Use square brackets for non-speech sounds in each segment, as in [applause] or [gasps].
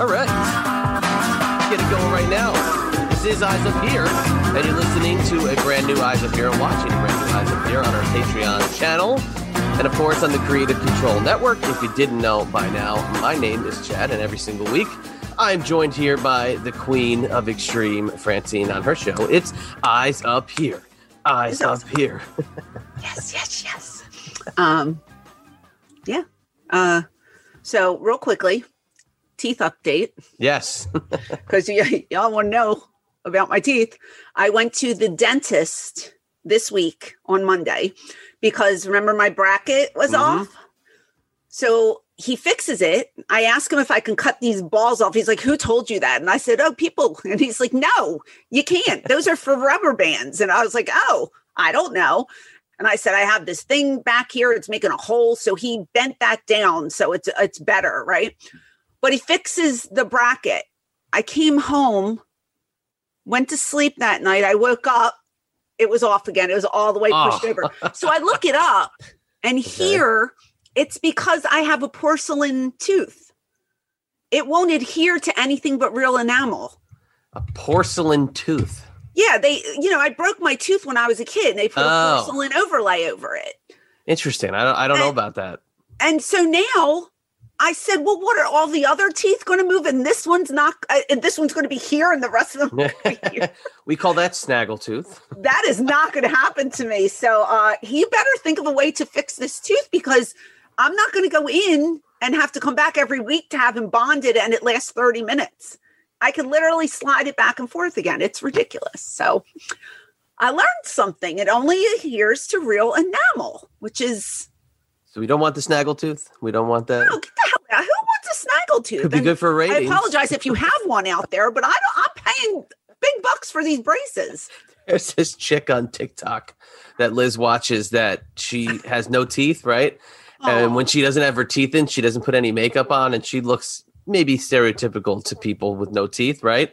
All right. Get it going right now. This is Eyes Up Here, and you're listening to a brand new Eyes Up Here and watching a brand new Eyes Up Here on our Patreon channel. And of course, on the Creative Control Network. If you didn't know by now, my name is Chad, and every single week I'm joined here by the queen of extreme, Francine, on her show. It's Eyes Up Here. Eyes Up Here. yes, yes, yes. Um, yeah. Uh, so, real quickly, teeth update Yes. [laughs] because y- [laughs] y'all want to know about my teeth. I went to the dentist this week on Monday because remember my bracket was Mhm. off. So he fixes it. I ask him if I can cut these balls off. He's like, Who told you that? And I said, Oh, people. [laughs] And he's like, No, you can't. Those are for rubber bands. And I was like, Oh, I don't know. And I said, I have this thing back here. It's making a hole. So he bent that down. So it's it's better, right? But he fixes the bracket. I came home, went to sleep that night. I woke up. It was off again. It was all the way pushed Oh. over. So I look it up and here it's because I have a porcelain tooth. It won't adhere to anything but real enamel. A porcelain tooth. Yeah, they, you know, I broke my tooth when I was a kid and they put Oh. a porcelain overlay over it. Interesting. I don't, I don't know about that. [laughs] And so now I said, well, what are all the other teeth going to move? And this one's not, uh, and this one's going to be here and the rest of them. [laughs] we call that snaggletooth. that is not going to happen to me. So uh, he better think of a way to fix this tooth because I'm not going to go in and have to come back every week to have him bonded and it lasts 30 minutes. I can literally slide it back and forth again. It's ridiculous. So I learned something. It only adheres to real enamel, which is So we don't want the snaggletooth. We don't want that. oh, get the hell out. Who wants a snaggletooth? Could be And good for I ratings. apologize if you have one out there, but I don't, I'm paying big bucks for these braces. [laughs] There's this chick on TikTok that Liz watches that she has no teeth, right? And Oh. when she doesn't have her teeth in, she doesn't put any makeup on and she looks maybe stereotypical to people with no teeth, right?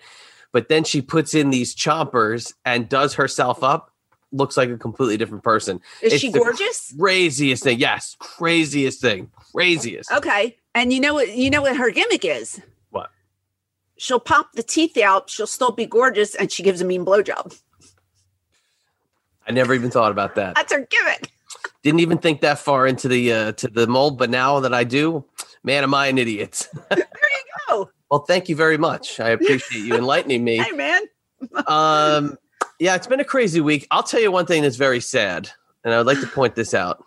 But then she puts in these chompers and does herself up, looks like a completely different person. is it's she the- gorgeous? Craziest thing. Yes, craziest thing. Craziest. Okay. And you know what you know what her gimmick is? What? She'll pop the teeth out, she'll still be gorgeous, and she gives a mean blowjob. I never even thought about that. That's her gimmick. didn't even think that far into the uh, to the mold, but now that I do, man, am I an idiot? [laughs] Oh, well, thank you very much. [laughs] I appreciate you enlightening me. hey man. Um, yeah, it's been a crazy week. I'll tell you one thing that's very sad, and I would like to point this out: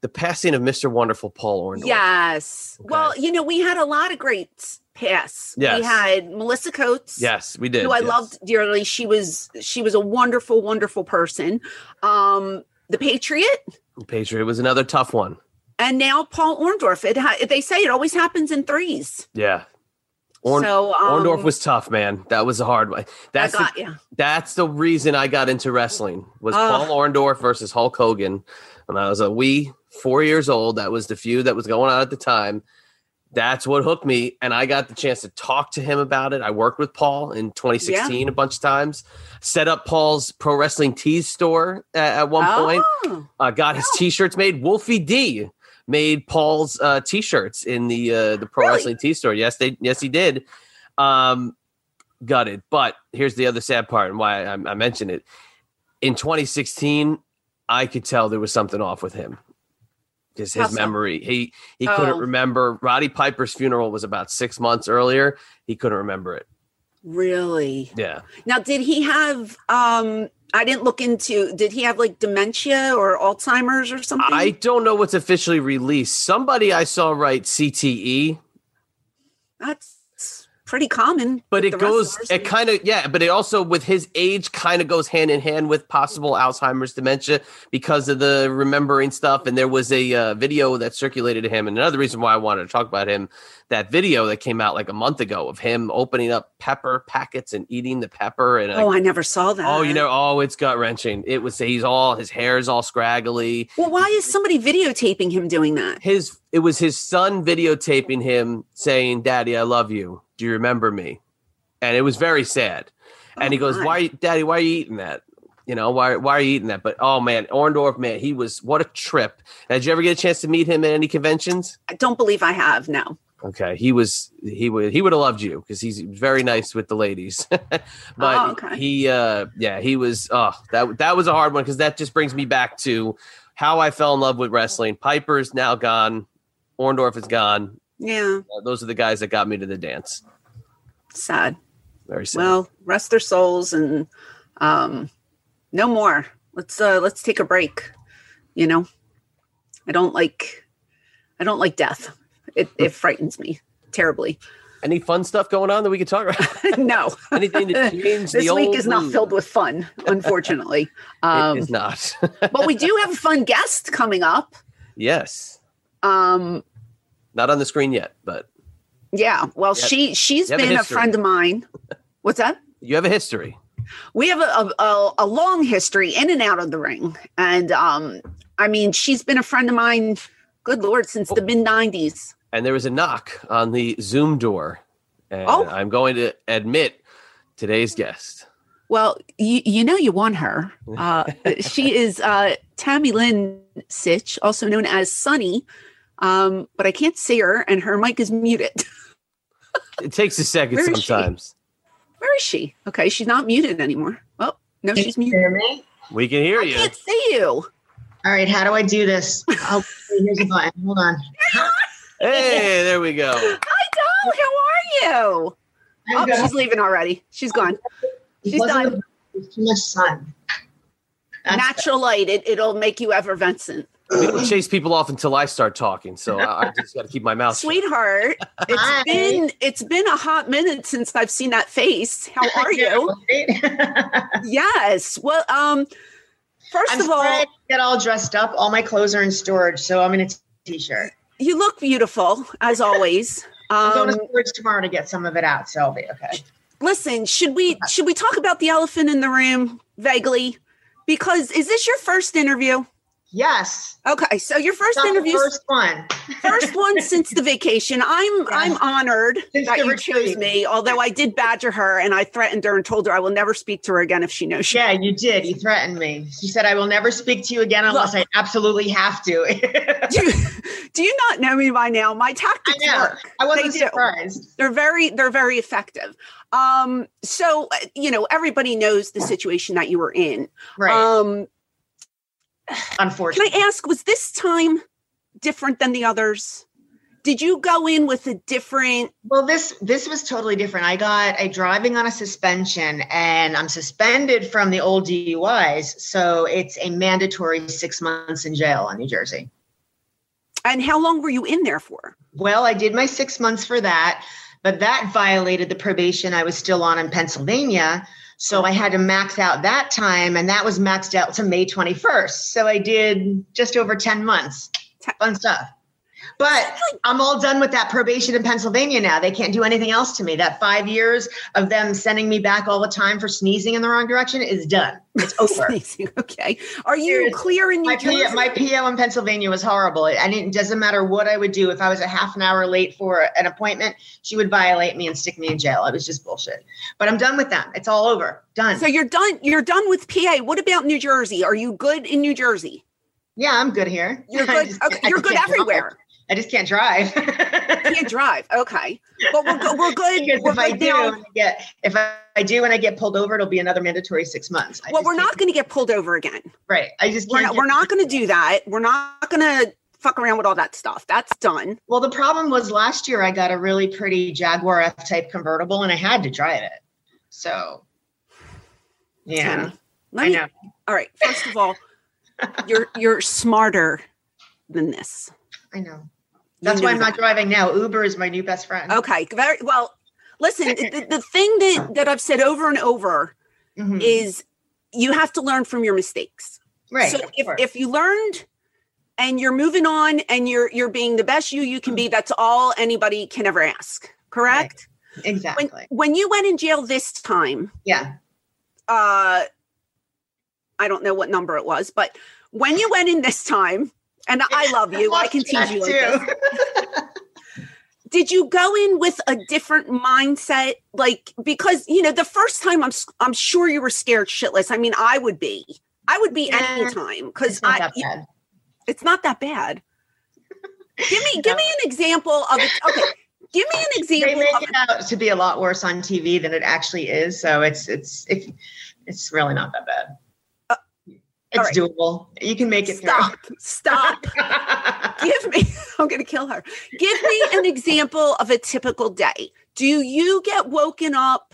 the passing of Mr. Wonderful Paul Orndorff. Yes. Okay. Well, you know, we had a lot of greats pass. Yes. We had Melissa Coates. yes, we did. who I yes. loved dearly. She was she was a wonderful, wonderful person. Um, the Patriot, Patriot was another tough one. and now Paul Orndorff. It ha- they say it always happens in threes. Yeah, Orn- so um, Orndorff was tough, man. That was a hard one. That's I the got you. That's the reason I got into wrestling was Ugh. Paul Orndorff versus Hulk Hogan when I was a wee four years old. That was the feud that was going on at the time. That's what hooked me, and I got the chance to talk to him about it. I worked with Paul in 2016 a bunch of times. Set up Paul's pro wrestling tees store at, at one point. Oh. Uh, got his t-shirts made. Wolfie D made Paul's uh, t-shirts in the uh, the pro Really? wrestling t store. Yes, they yes he did. Um, gutted. But here's the other sad part, and why I, I mentioned it. In 2016, I could tell there was something off with him. Just his How so? memory. He he Oh. couldn't remember. Roddy Piper's funeral was about six months earlier. He couldn't remember it. Really? Yeah. Now, did he have? um I didn't look into. Did he have like dementia or Alzheimer's or something? I don't know what's E officially released. Somebody I saw write CTE, That's pretty common. But with it the goes, wrestlers. it kind of, yeah, but it also, with his age, kind of goes hand in hand with possible Mm-hmm. Alzheimer's dementia because of the remembering stuff. And there was a uh, video that circulated to him. And another reason why I wanted to talk about him that video that came out like a month ago of him opening up pepper packets and eating the pepper. And like, oh, I never saw that. oh, you know, oh, it's gut wrenching. It was, he's all, his hair's all scraggly. Well, why is somebody videotaping him doing that? his it was his son videotaping him saying daddy i love you do you remember me and it was very sad and he Oh, goes my. why daddy why are you eating that you know why why are you eating that but oh man orndorff man he was what a trip Now, did you ever get a chance to meet him at any conventions I don't believe I have. No. okay he was he would he would have loved you because he's very nice with the ladies [laughs] but Oh, okay. he uh yeah he was oh that that was a hard one because that just brings me back to how i fell in love with wrestling piper's now gone orndorff is gone Yeah. Uh, those are the guys that got me to the dance Sad. very sad. Well, rest their souls and um no more. Let's uh let's take a break. You know? I don't like I don't like death. It [laughs] it frightens me terribly. [laughs] any fun stuff going on that we could talk about [laughs] no. anything [laughs] to change This the week old is not mood? filled with fun, unfortunately. [laughs] um it is not [laughs] but we do have a fun guest coming up. yes Um not on the screen yet but yeah, well Yep. she she's You have a been a history. friend of mine. What's that? you have a history we have a, a, a long history in and out of the ring and um i mean she's been a friend of mine good lord since the mid 90s and there was a knock on the Zoom door. And Oh. I'm going to admit today's guest. well you, you know you won her uh, she is uh, tammy lynn sitch also known as sunny um, but i can't see her and her mic is muted [laughs] It takes a second Where is she? sometimes. where is she okay she's not muted anymore oh no she's Can you muted hear me? We can hear i you. can't see you All right, how do I do this? Oh, [laughs] here's a button. Hold on. Hey, there we go. hi doll Oh, how are you I'm oh good. she's leaving already she's gone It she's wasn't done. the- it was Too much sun. That's- natural light it, it'll make you effervescent We don't chase people off until I start talking, so I, I just got to keep my mouth shut. sweetheart it's Hi. been it's been a hot minute since i've seen that face [laughs] how are you Right? [laughs] yes well um 1st I'm of all sorry I didn't get all dressed up. All my clothes are in storage, so I'm in a t-shirt. you look beautiful as always [laughs] I'm going um to storage tomorrow to get some of it out, so I'll be okay. listen should [laughs] we should we talk about the elephant in the room vaguely because is this your first interview Yes, okay so your first not the interview first one. first [laughs] one since the vacation. I'm I'm honored Since that the you retreat. chose me. Although I did badger her and I threatened her and told her I will never speak to her again if she knows she. Yeah, you did. You threatened me. She said, "I will never speak to you again unless I absolutely have to." [laughs] Do you, do you not know me by now? My I tactics know. work. I wasn't They do. surprised. They're very they're very effective. Um, so uh, you know everybody knows the situation that you were in. Right. Um, can Unfortunately. I ask, was this time different than the others? Did you go in with a different? Well, this this was totally different. I got a driving on a suspension, and I'm suspended from the old DUIs, so it's a mandatory six months in jail in New Jersey. And how long were you in there for? Well, I did my six months for that, but that violated the probation I was still on in Pennsylvania. So I had to max out that time, and that was maxed out to May 21st. So I did just over 10 months. Fun stuff. But I'm all done with that probation in Pennsylvania now. They can't do anything else to me. That five years of them sending me back all the time for sneezing in the wrong direction is done. It's [laughs] over. okay. Are you Seriously. clear in New My Jersey? PO, my PO in Pennsylvania was horrible. I didn't. It doesn't matter what I would do. If I was a half an hour late for an appointment, she would violate me and stick me in jail. It was just bullshit. But I'm done with them. It's all over. Done. So you're done. You're done with PA. What about New Jersey? Are you good in New Jersey? yeah, I'm good here. You're [laughs] I good. just can't- okay, I you're just good can't drive. everywhere. I just can't drive. [laughs] Can't drive. Okay, but we're good. We're good. because we're if I good do, now. and I get if I, I do and I get pulled over, it'll be another mandatory six months. I well, just we're not can't- going to get pulled over again. right. I just We're can't. not. get- We're not going to do that. We're not going to fuck around with all that stuff. That's done. Well, the problem was last year I got a really pretty Jaguar F type convertible and I had to drive it. So, yeah, Tammy. I Let me, know. All right. First of [laughs] all, you're you're smarter than this. I know. You That's why knew I'm not driving now. Uber is my new best friend. Okay. Very well. Listen, [laughs] the, the thing that that I've said over and over Mhm. is you have to learn from your mistakes. right. so of if, course. if you learned and you're moving on and you're you're being the best you you Hmm. can be, that's all anybody can ever ask. Correct? exactly. When when you went in jail this time, yeah. uh I don't know what number it was, but when you went in this time, and I love you, I can teach you. like this. too. [laughs] did you go in with a different mindset like because you know the first time i'm s- i'm sure you were scared shitless i mean i would be i would be Yeah, any time because It's not i that bad. it's not that bad give [laughs] me give me an example of it okay give me an They example make of it out to be a lot worse on TV than it actually is. So it's it's if it's really not that bad. Uh, all it's right. doable. You can make it stop stop through. give me [laughs] i'm gonna kill her give me an example of a typical day do you get woken up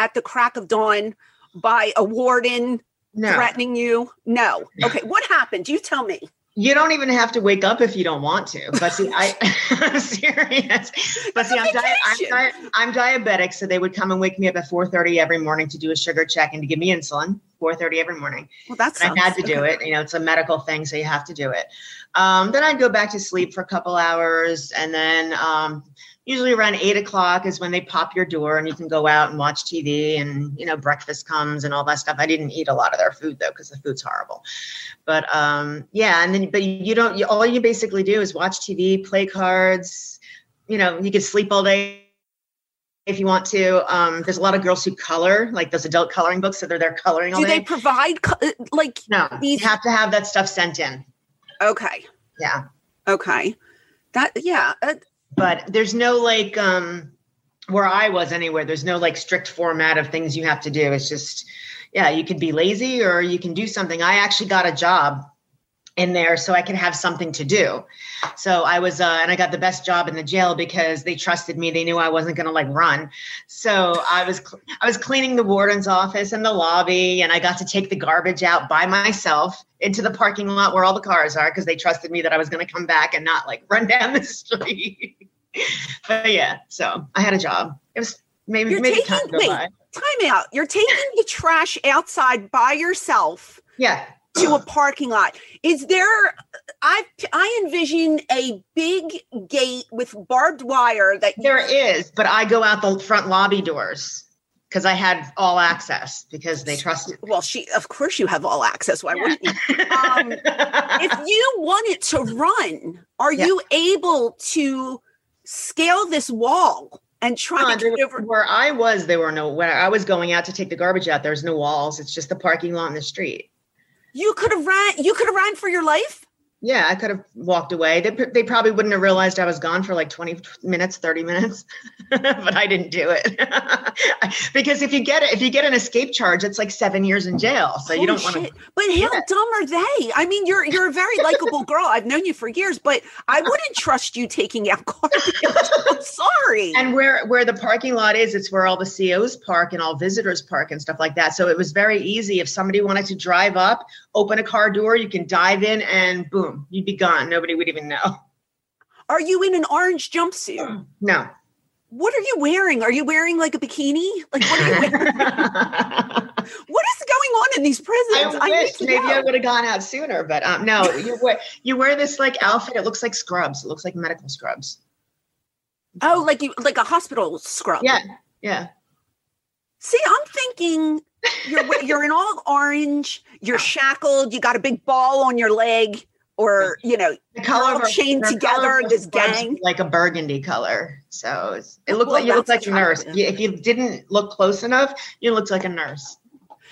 at the crack of dawn by a warden [laughs] no. threatening you? No. Okay. What happened? You tell me. You don't even have to wake up if you don't want to. But see, I, [laughs] I'm serious. But see, I'm, di- I'm, vacation. di- I'm diabetic, so they would come and wake me up at 4:30 every morning to do a sugar check and to give me insulin. 4:30 every morning. Well, that's And I had to do it. You know, it's a medical thing, so you have to do it. Um, then I'd go back to sleep for a couple hours, and then um, usually around eight o'clock is when they pop your door, and you can go out and watch TV, and you know, breakfast comes and all that stuff. I didn't eat a lot of their food though, because the food's horrible. But um, yeah, and then but you don't. You, all you basically do is watch TV, play cards. You know, you could sleep all day if you want to. Um, there's a lot of girls who color, like those adult coloring books, so they're there coloring all Do day. they provide co- uh, like? No, These- you have to have that stuff sent in. Okay. Yeah, Okay. That yeah. Uh, but there's no like um where I was anywhere. There's no like strict format of things you have to do. It's just yeah, you could be lazy or you can do something. I actually got a job in there so I could have something to do. So I was uh and I got the best job in the jail because they trusted me. They knew I wasn't going to like run. So I was cl- I was cleaning the warden's office and the lobby and I got to take the garbage out by myself into the parking lot where all the cars are because they trusted me that I was going to come back and not like [laughs] run down the street. [laughs] but yeah, so I had a job. It was maybe You're maybe taking- time to go wait. by. time out. You're taking the trash outside by yourself Yeah. to a parking lot. Is there? I I envision a big gate with barbed wire that There is, but I go out the front lobby doors because I had all access because they trusted. Well, she of course you have all access. Why Yeah. wouldn't you? Um, [laughs] if you want it to run, are Yeah. you able to scale this wall and try No, to there get were- it over? where I was, there were no. Where I was going out to take the garbage out, there's no walls. It's just the parking lot and the street. You could have ran. You could have ran for your life. Yeah, I could have walked away. They, pr- they probably wouldn't have realized I was gone for like 20 minutes, 30 minutes, [laughs] but I didn't do it. [laughs] because if you get it, if you get an escape charge, it's like seven years in jail. So you Holy don't want to. shit. But how Yeah. dumb are they? I mean, you're you're a very likable girl. I've known you for years, but I wouldn't trust you taking out garbage. [laughs] I'm sorry. [laughs] And where where the parking lot is, it's where all the COs park and all visitors park and stuff like that. So it was very easy if somebody wanted to drive up, open a car door, you can dive in and boom, you'd be gone. Nobody would even know. [laughs] are you in an orange jumpsuit? [clears throat] [laughs] No. What are you wearing? Are you wearing like a bikini? Like what are you [laughs] wearing? I what is going on in these prisons? I need wish to maybe I know. would have gone out sooner, but um, no, you wear you wear this like outfit. It looks like scrubs. It looks like medical scrubs. Oh, like you like a hospital scrub. Yeah, yeah. See, I'm thinking you're you're in all orange, [laughs] you're shackled, you got a big ball on your leg, or you know, The all color of our- chained the color of together, our this scrubs is gang. like a burgundy color. So it's, it looked Well, like you looked that's like a nurse. attractive. You- If you didn't look close enough, you looked like a nurse.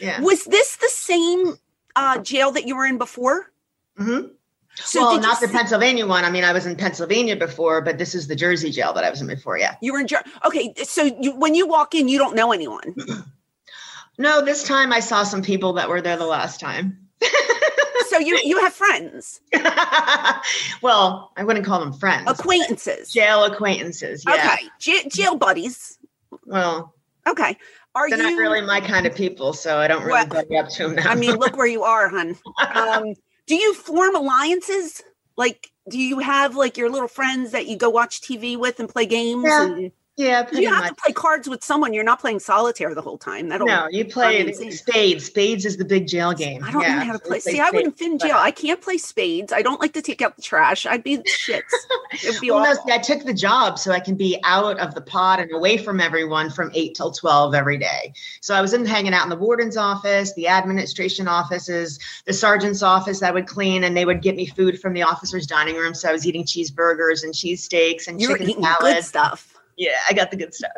Yeah. was this the same uh, jail that you were in before? hmm So well, did you not the see- Pennsylvania one. I mean, I was in Pennsylvania before, but this is the Jersey jail that I was in before. Yeah. You were in jail. Okay, so you, when you walk in, you don't know [laughs] anyone. No, this time I saw some people that were there the last time. [laughs] so you you have friends, well, I wouldn't call them friends. acquaintances. Jail acquaintances. Yeah. Okay, ja- jail buddies. Well, Okay, are they're you? not really my kind of people, so I don't really Well, buddy up to them. Now. I mean, look where you are, [laughs] hun. Um, do you form alliances? Like, do you have like your little friends that you go watch TV with and play games? Yeah. And Yeah, pretty you have much. to play cards with someone. You're not playing solitaire the whole time. That'll No, you play drive me insane. spades. Spades is the big jail game. I don't Yeah, know how to absolutely play. See, I wouldn't fit spades. in jail. I can't play spades. I don't like to take out the trash. I'd be shits. It'd be [laughs] Well, no, awful. see, I took the job so I can be out of the pod and away from everyone from eight till twelve every day. So I was in hanging out in the warden's office, the administration offices, the sergeant's office. I would clean, and they would get me food from the officers' dining room. So I was eating cheeseburgers and cheesesteaks and you were chicken eating salad. good stuff. Yeah, I got the good stuff.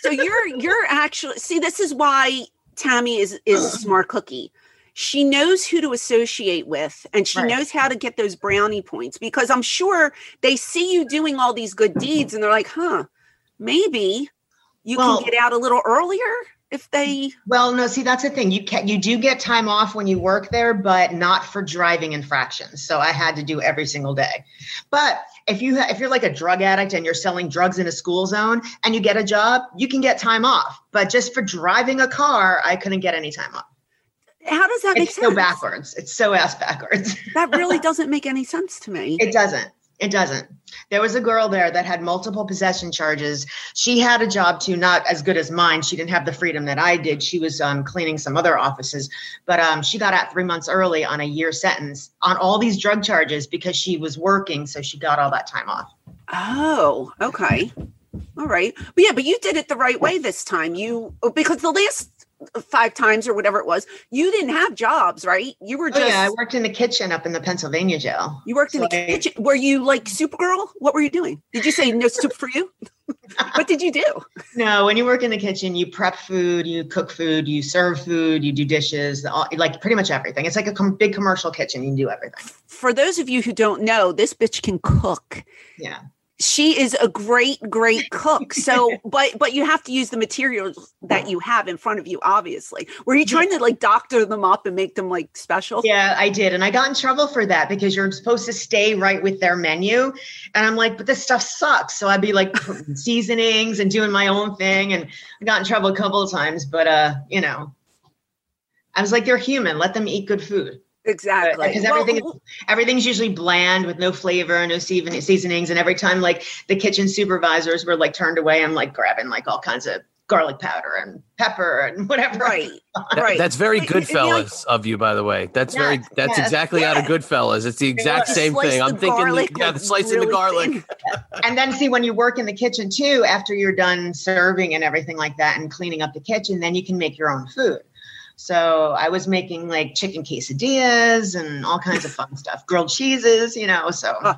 So you're you're actually see. This is why Tammy is is a smart cookie. She knows who to associate with, and she Right. knows how to get those brownie points because I'm sure they see you doing all these good deeds, and they're like, "Huh, maybe you Well- can get out a little earlier if they." Well, no, see, that's the thing. You can you do get time off when you work there, but not for driving infractions. So I had to do every single day. But if you ha- if you're like a drug addict and you're selling drugs in a school zone and you get a job, you can get time off. But just for driving a car, I couldn't get any time off. How does that make It's sense? so backwards. It's so ass backwards. That really doesn't make any sense to me. It doesn't. It doesn't. There was a girl there that had multiple possession charges. She had a job too, not as good as mine. She didn't have the freedom that I did. She was um, cleaning some other offices, but um, she got out three months early on a year sentence on all these drug charges because she was working, so she got all that time off. Oh, okay. All right. But yeah, but you did it the right way this time. You because the last five times or whatever it was, you didn't have jobs, right? You were Oh just yeah, I worked in the kitchen up in the Pennsylvania jail. you worked in the so I- kitchen. Were you like Supergirl? What were you doing? Did you say no soup for [laughs] you? what did you do? No, when you work in the kitchen, you prep food, you cook food, you serve food, you do dishes, all, like pretty much everything. It's like a com- big commercial kitchen. You can do everything. For those of you who don't know, this bitch can cook. Yeah. She is a great, great cook. [laughs] So, but but you have to use the materials that you have in front of you. Obviously, were you trying to like doctor them up and make them like special? Yeah, I did. And I got in trouble for that because you're supposed to stay right with their menu. And I'm like, but this stuff sucks. So I'd be like [laughs] putting seasonings and doing my own thing. And I got in trouble a couple of times, but uh, you know, I was like, they're human. Let them eat good food. Exactly. Because Well, everything [laughs] w- everything's usually bland with no flavor, no season- seasonings. And every time like the kitchen supervisors were like turned away, I'm like grabbing like all kinds of garlic powder and pepper and [laughs] whatever. right, That- right. That's very But you- you know, Goodfellas of you, by the way. That's very Yes, that's yes, exactly out of yes. Goodfellas. It's the exact was. same Slice thing. the I'm thinking, garlic, yeah, like, the slicing the really garlic. thin. and then see when you work in the kitchen too after you're done serving and everything like that and cleaning up the kitchen then you can make your own food so i was making like chicken quesadillas and all kinds of fun stuff grilled cheeses you know so Oh,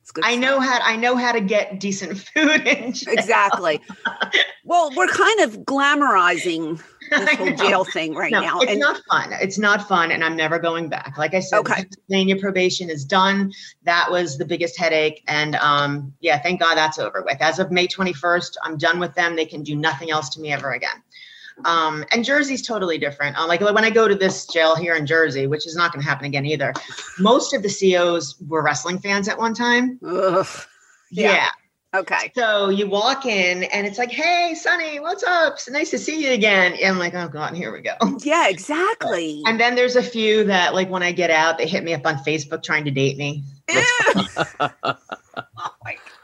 It's good i stuff. know how i know how to get decent [laughs] food in jail. [laughs] exactly. well, we're kind of glamorizing this I whole know. jail thing right no, now, it's and not fun. It's not fun, and I'm never going back. Like I said, the Okay. Pennsylvania probation is done. That was the biggest headache, and um, yeah, thank God that's over with. As of May 21st, I'm done with them. They can do nothing else to me ever again. Um, and Jersey's totally different. Uh, like when I go to this jail here in Jersey, which is not going to happen again either. Most of the COs were wrestling fans at one time. Ugh. Yeah. yeah. okay, So you walk in and it's like, "Hey, Sonny, what's up? It's nice to see you again." And I'm like, "Oh God, here we go." yeah, exactly. [laughs] And then there's a few that, like, when I get out, they hit me up on Facebook trying to date me. [laughs] Ew.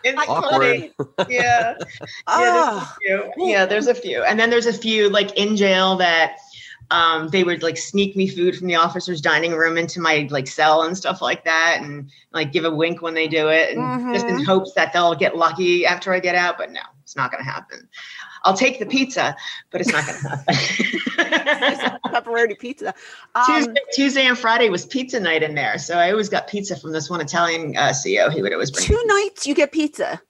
It's Awkward. funny. [laughs] Yeah. Ah. yeah, there's a few. yeah, there's a few. And then there's a few, like, in jail that um, they would, like, sneak me food from the officer's dining room into my, like, cell and stuff like that and, like, give a wink when they do it and just in Mhm. hopes that they'll get lucky after I get out. But no, it's not going to happen. I'll take the pizza, but it's not going to [laughs] happen. pepperoni pizza. Um, Tuesday, Tuesday and Friday was pizza night in there, so I always got pizza from this one Italian uh, CEO. He would always bring two nights you get pizza.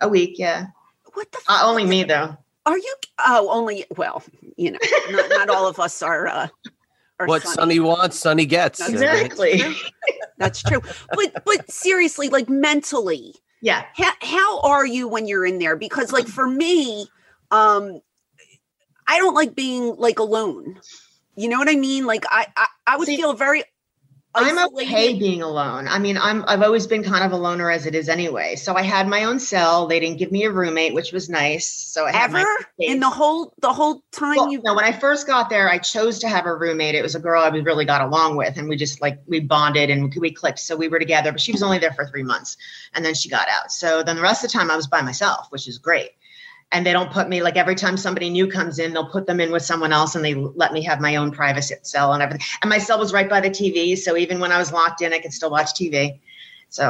a week. Yeah, What the? F- uh, only me though. are you? Oh, only well, you know, not, not all of us are. Uh, are What sunny. Sonny wants, Sonny gets. That's Exactly. That's true. But but seriously, like mentally, Yeah, how, how are you when you're in there because like for me um i don't like being like alone you know what i mean like i i, I would See, feel very I'm isolated. okay being alone. I mean, I'm I've always been kind of a loner as it is anyway. So I had my own cell. They didn't give me a roommate, which was nice. So I had ever my in the whole the whole time Well, you no, when I first got there, I chose to have a roommate. It was a girl I we really got along with, and we just like we bonded and we clicked. So we were together, but she was only there for three months, and then she got out. So then the rest of the time I was by myself, which is great. and they don't put me like every time somebody new comes in they'll put them in with someone else and they let me have my own private cell and everything and my cell was right by the tv so even when i was locked in i could still watch tv so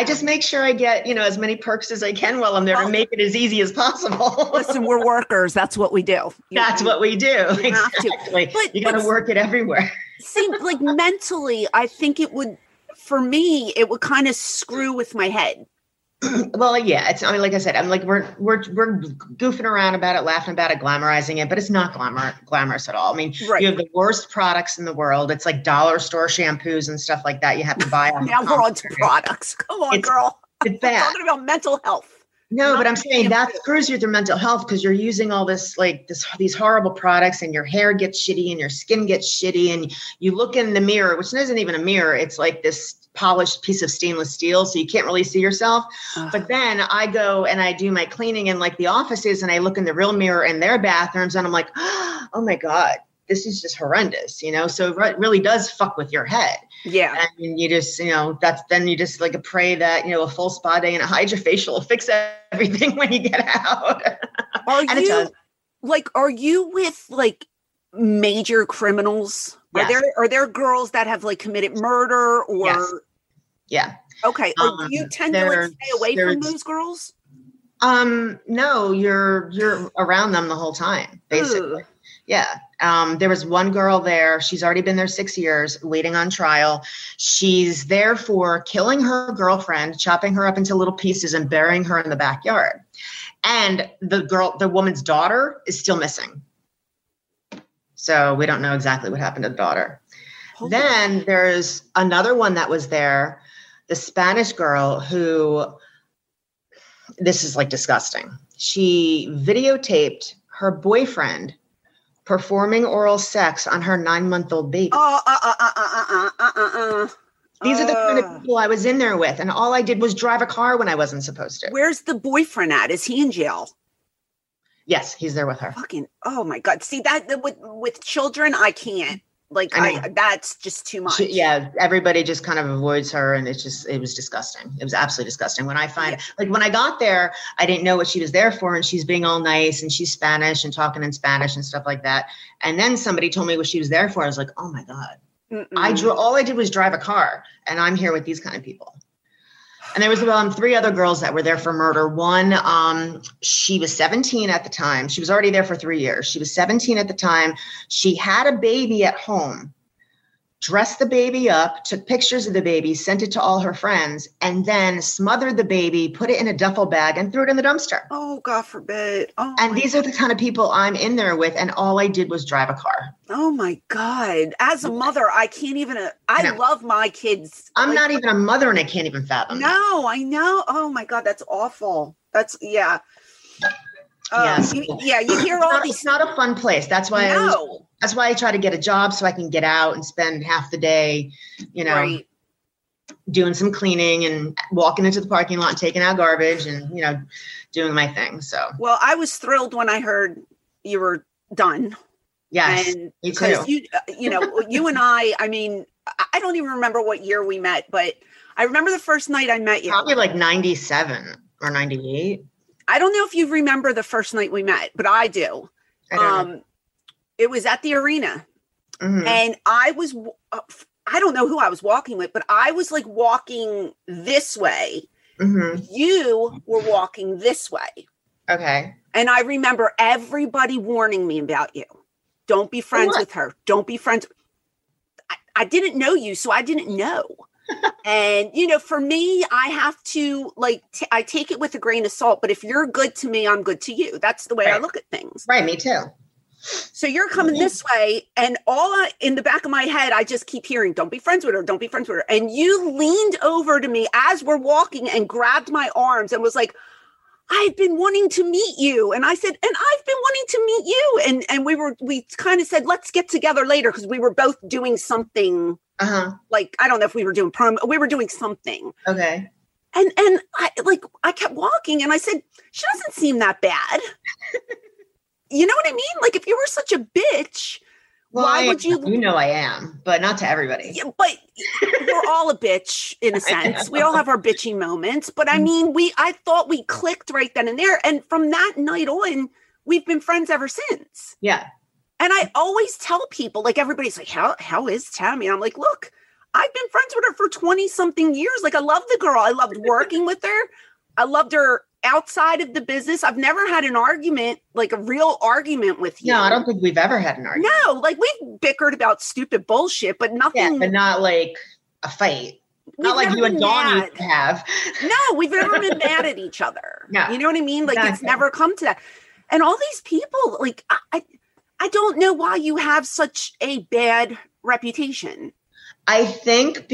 I just [laughs] make sure I get, you know, as many perks as I can while I'm there to make it as easy as possible. Listen, we're workers. That's what we do. You That's know, what we do. You exactly. But, you got to work it everywhere. seems like mentally, I think it would, for me, it would kind of screw with my head. [laughs] well, yeah, it's. I mean, like I said, I'm like we're we're we're goofing around about it, laughing about it, glamorizing it, but it's not glamour glamorous at all. I mean, right. you have the worst products in the world. It's like dollar store shampoos and stuff like that. You have to buy. [laughs] now we're on to products. Come on, It's- girl. It's We're [laughs] bad. talking about mental health. No, but Not I'm saying that screws you with your mental health because you're using all this like this these horrible products and your hair gets shitty and your skin gets shitty and you look in the mirror, which isn't even a mirror, it's like this polished piece of stainless steel, so you can't really see yourself. Ugh. But then I go and I do my cleaning in like the offices and I look in the real mirror in their bathrooms and I'm like, [gasps] oh my God, this is just horrendous, you know? So it re- really does fuck with your head Yeah. and you just you know that's then you just like pray that you know a full spa day and a [laughs] hydrofacial will fix everything [laughs] when you get out [laughs] Are and it you does like? Are you with like major criminals? Are Yes. there are there girls that have like committed murder or? Yes. yeah Okay. Or do Um, you tend to like there's- stay away from there's- those girls? um no you're you're around them the whole time basically Ugh. yeah um there was one girl there she's already been there six years waiting on trial she's there for killing her girlfriend chopping her up into little pieces and burying her in the backyard and the girl the woman's daughter is still missing so we don't know exactly what happened to the daughter Holy- then there's another one that was there, the Spanish girl who this is like disgusting. She videotaped her boyfriend performing oral sex on her nine month old baby. Oh, uh, uh, uh, uh, uh, uh, uh, uh. These are the kind Uh, of people I was in there with, and all I did was drive a car when I wasn't supposed to. Where's the boyfriend at? Is he in jail? yes, he's there with her. Fucking. Oh my god. See that that with with children, I can't. Like I I, know. that's just too much. She- yeah, everybody just kind of avoids her, and it's just it was disgusting. It was absolutely disgusting. When I find like when I got there, I didn't know what she was there for, and she's being all nice, and she's Spanish and talking in Spanish and stuff like that. And then somebody told me what she was there for. I was like, oh my god, Mm-mm. I drew all I did was drive a car, and I'm here with these kind of people. And there was um, three other girls that were there for murder. One, um, she was 17 at the time. She was already there for three years. She was 17 at the time. She had a baby at home, dressed the baby up, took pictures of the baby, sent it to all her friends, and then smothered the baby, put it in a duffel bag, and threw it in the dumpster. Oh God forbid. Oh. And my- these are the kind of people I'm in there with, and all I did was drive a car. Oh my God. As a mother, I can't even. uh, I No. love my kids. I'm Like, not even a mother, and I can't even fathom. that. No, I know. Oh my God. That's awful. That's, yeah. Oh, Yes. you- yeah. You hear It's all not, these. it's not a fun place. That's why I always- No. that's why I try to get a job so I can get out and spend half the day, you know, Right. doing some cleaning and walking into the parking lot and taking out garbage and you know, doing my thing. So Well, I was thrilled when I heard you were done. yes, and me too. because you uh, you [laughs] know you and i i mean I- i don't even remember what year we met but i remember the first night i met you Probably like ninety seven or ninety eight. i don't know if you remember the first night we met but i do I don't know. um it was at the arena [laughs] Mhm. and i was w- uh, f- i don't know who i was walking with but i was like walking this way Mhm. you were walking this way Okay. and i remember everybody warning me about you don't be friends what? with her don't be friends I, I didn't know you so i didn't [laughs] know and you know for me i have to like t- I take it with a grain of salt but if you're good to me i'm good to you that's the way i Right. look at things Right, me too. so you're coming this way and all I, in the back of my head i just keep hearing don't be friends with her don't be friends with her and you leaned over to me as we're walking and grabbed my arms and was like i've been wanting to meet you and i said and i've been wanting to meet you and and we were we kind of said let's get together later because we were both doing something Uh-huh. like i don't know if we were doing prom we were doing something Okay. and and I like I kept walking and I said, she doesn't [laughs] seem that bad. you know what I mean? Like if you were such a bitch, Well, Why I would am. you- You know I am, but not to everybody. Yeah, but we're all a bitch in a [laughs] sense. We all have our bitchy moments. But Mm. I mean, we I thought we clicked right then and there. And from that night on, we've been friends ever since. Yeah. And I always tell people, like everybody's like, How how is Tammy? And I'm like, look, I've been friends with her for 20 something years. Like I love the girl. I loved working with her. I loved her outside of the business. I've never had an argument, like a real argument with you. No, I don't think we've ever had an argument. No, like we've bickered about stupid bullshit, but nothing. Yeah, but not like a fight. we've not like never you and been Dawn mad. used to have. No, we've never been mad at each other. [laughs] Yeah. You know what I mean? Like it's Exactly. never come to that. And all these people, like I, I I don't know why you have such a bad reputation. I think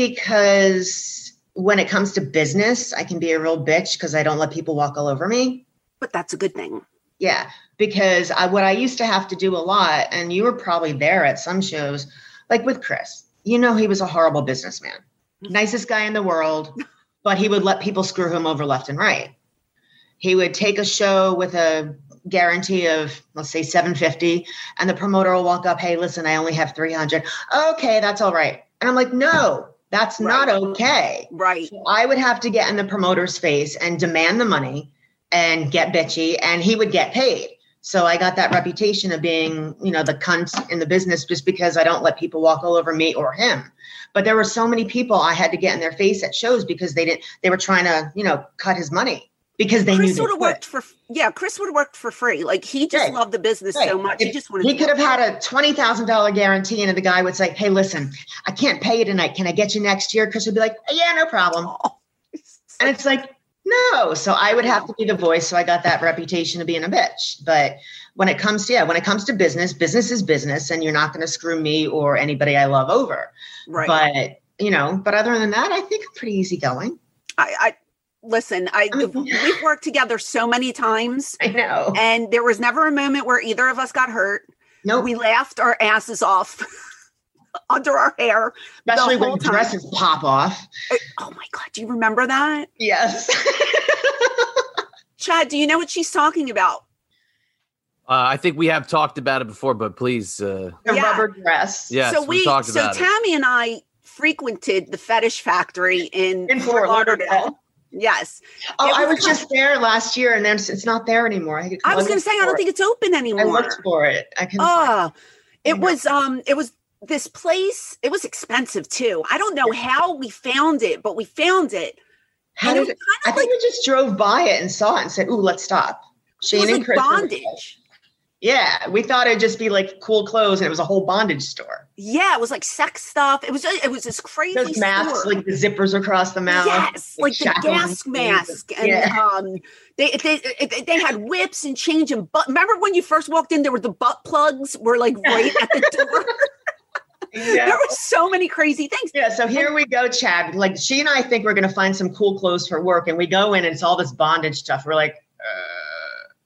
because when it comes to business, I can be a real bitch because I don't let people walk all over me. But that's a good thing. Yeah, because I what I used to have to do a lot, and you were probably there at some shows, like with Chris. You know, he was a horrible businessman, nicest guy in the world, but he would let people screw him over left and right. He would take a show with a guarantee of let's say 750 and the promoter will walk up hey listen i only have 300 okay that's all right and i'm like no that's not Right. okay Right. I would have to get in the promoter's face and demand the money and get bitchy, and he would get paid. So I got that reputation of being, you know, the cunt in the business just because I don't let people walk all over me or him. But there were so many people I had to get in their face at shows because they didn't. They were trying to, you know, cut his money because they knew Chris they would have could. worked for yeah, Chris would have worked for free. Like he just Right. loved the business so Right. much. If He just wanted he to could work. have had a twenty thousand dollar guarantee, and the guy would say, "Hey, listen, I can't pay you tonight. Can I get you next year?" Chris would be like, "Yeah, no problem." Oh. [laughs] And it's like, no. So I would have to be the voice. So I got that reputation of being a bitch. But when it comes to, yeah, when it comes to business, business is business and you're not going to screw me or anybody I love over. right. But, you know, but other than that, I think I'm pretty easygoing. [laughs] I, I listen, I I mean- we've worked together so many [laughs] times I know. and there was never a moment where either of us got hurt. No, We laughed our asses off [laughs] under our hair. especially when whole time. dresses pop off. Oh my God, do you remember that? Yes. [laughs] Chad, do you know what she's talking about? Uh, I think we have talked about it before, but please, uh, the Yeah. rubber dress. yes, so we, talked so about it. Tammy and I frequented the fetish factory in, In Fort Lauderdale. Yes. Oh, It I was was just there last year and then it's, it's not there anymore. I, I was going to say, I don't think it's open I anymore. looked for it. I can Oh, it Yeah. was um it was this place, it was expensive too. I don't know how we found it, but we found it. How and did it was I kind of think like we just drove by it and saw it and said, "Ooh, let's stop." it Shane was and like Chris. were- bondage. Yeah, we thought it'd just be like cool clothes, and it was a whole bondage store. Yeah, it was like sex stuff. It was uh, it was this crazy Those masks, store. like the zippers across the mouth. Yes, like the shackles and gas things. mask, and [laughs] yeah. um, they, they they- they had whips and change and butt. Remember when you first walked in? There were the butt plugs were like right at [laughs] the door. yeah. there were so many crazy things. Yeah, so here we go, Chad. Like she and I think we're gonna find some cool clothes for work, and we go in and it's all this bondage stuff. We're like,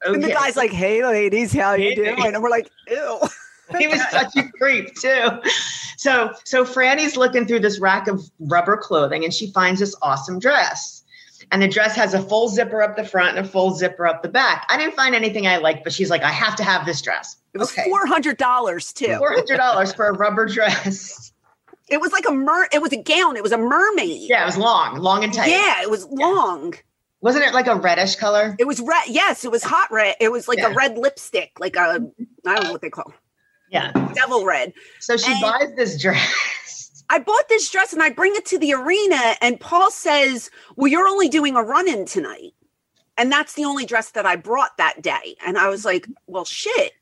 uh, And the okay. guy's like, "Hey, ladies, how you Hey. doing?" And we're like, "Ew." he was such a creep too. So so Franny's looking through this rack of rubber clothing and she finds this awesome dress. And the dress has a full zipper up the front and a full zipper up the back. I didn't find anything I liked, but she's like, I have to have this dress. It was okay. four hundred dollars too. Four hundred dollars for a rubber dress. [laughs] It was like a mer. It was a gown. It was a mermaid. Yeah, it was long, long and tight. Yeah, it was long. Wasn't it like a reddish color? It was red. Yes, it was hot red. It was like Yeah. a red lipstick, like a I don't know what they call Yeah. devil red. So she And- buys this dress. [laughs] I bought this dress and I bring it to the arena, and Paul says, Well, you're only doing a run in tonight. And that's the only dress that I brought that day. And I was like, Well, shit.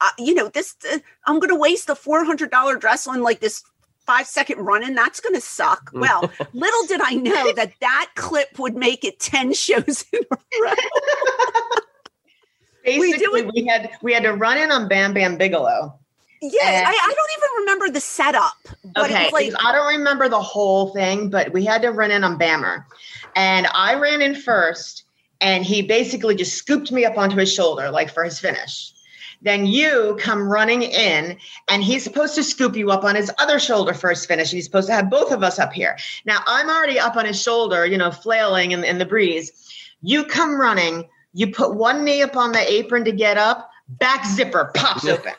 Uh, you know, this, uh, I'm going to waste a $400 dress on like this five second run in. That's going to suck. Well, little did I know that that clip would make it 10 shows [laughs] in a row. We do Basically, it- we had we had to run in on Bam Bam Bigelow. Yeah, And- I, I don't even remember the setup, but okay, it was because like, I don't remember the whole thing, but we had to run in on Bammer, and I ran in first, and he basically just scooped me up onto his shoulder, like for his finish. Then you come running in, and he's supposed to scoop you up on his other shoulder for his finish, and he's supposed to have both of us up here. Now I'm already up on his shoulder, you know, flailing in, in the breeze. You come running, you put one knee up on the apron to get up, back zipper pops open.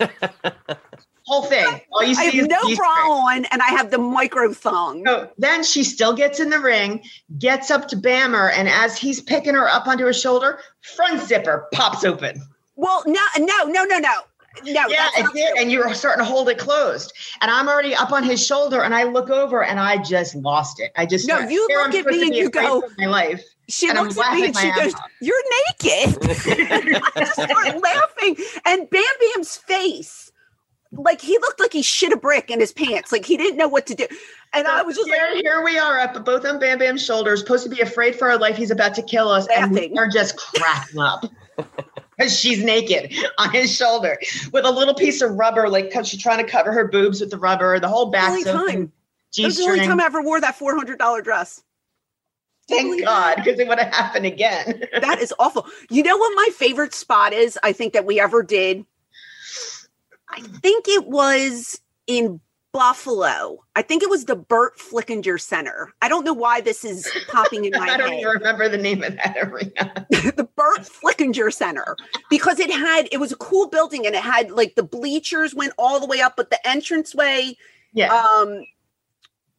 whole thing. All you I see have is no these bra things. on and I have the micro thong. So then she still gets in the ring, gets up to Bammer, and as he's picking her up onto his shoulder, front zipper pops open. Well, no, no, no, no, no. No, Yeah, Oh, that's it not did, true. and you were starting to hold it closed. And I'm already up on his shoulder, and I look over, and I just lost it. I just No, went, you "Here look I'm at supposed me to and be you go, afraid for my life. She and I'm looks at me laughing and my she ass goes, off. You're naked. [laughs] I just start laughing. And Bam Bam's face, like he looked like he shit a brick in his pants. Like he didn't know what to do. And I was just like, here, here we are up both on Bam Bam's shoulders, supposed to be afraid for our life. He's about to kill us. And we Laughing. are just cracking up. Because she's naked on his shoulder with a little piece of rubber, like 'cause she's trying to cover her boobs with the rubber, the whole back. Only time. It G was the only time string. I ever wore that $400 dress. Thank God, because it would have happened again. [laughs] That is awful. You know what my favorite spot is? I think that we ever did. I think it was in Buffalo. I think it was the Burt Flickinger Center. I don't know why this is popping [laughs] in my I don't head. even remember the name of that [laughs] arena. the Burt Flickinger Center because it had it was a cool building and it had like the bleachers went all the way up, but the entranceway Yeah. um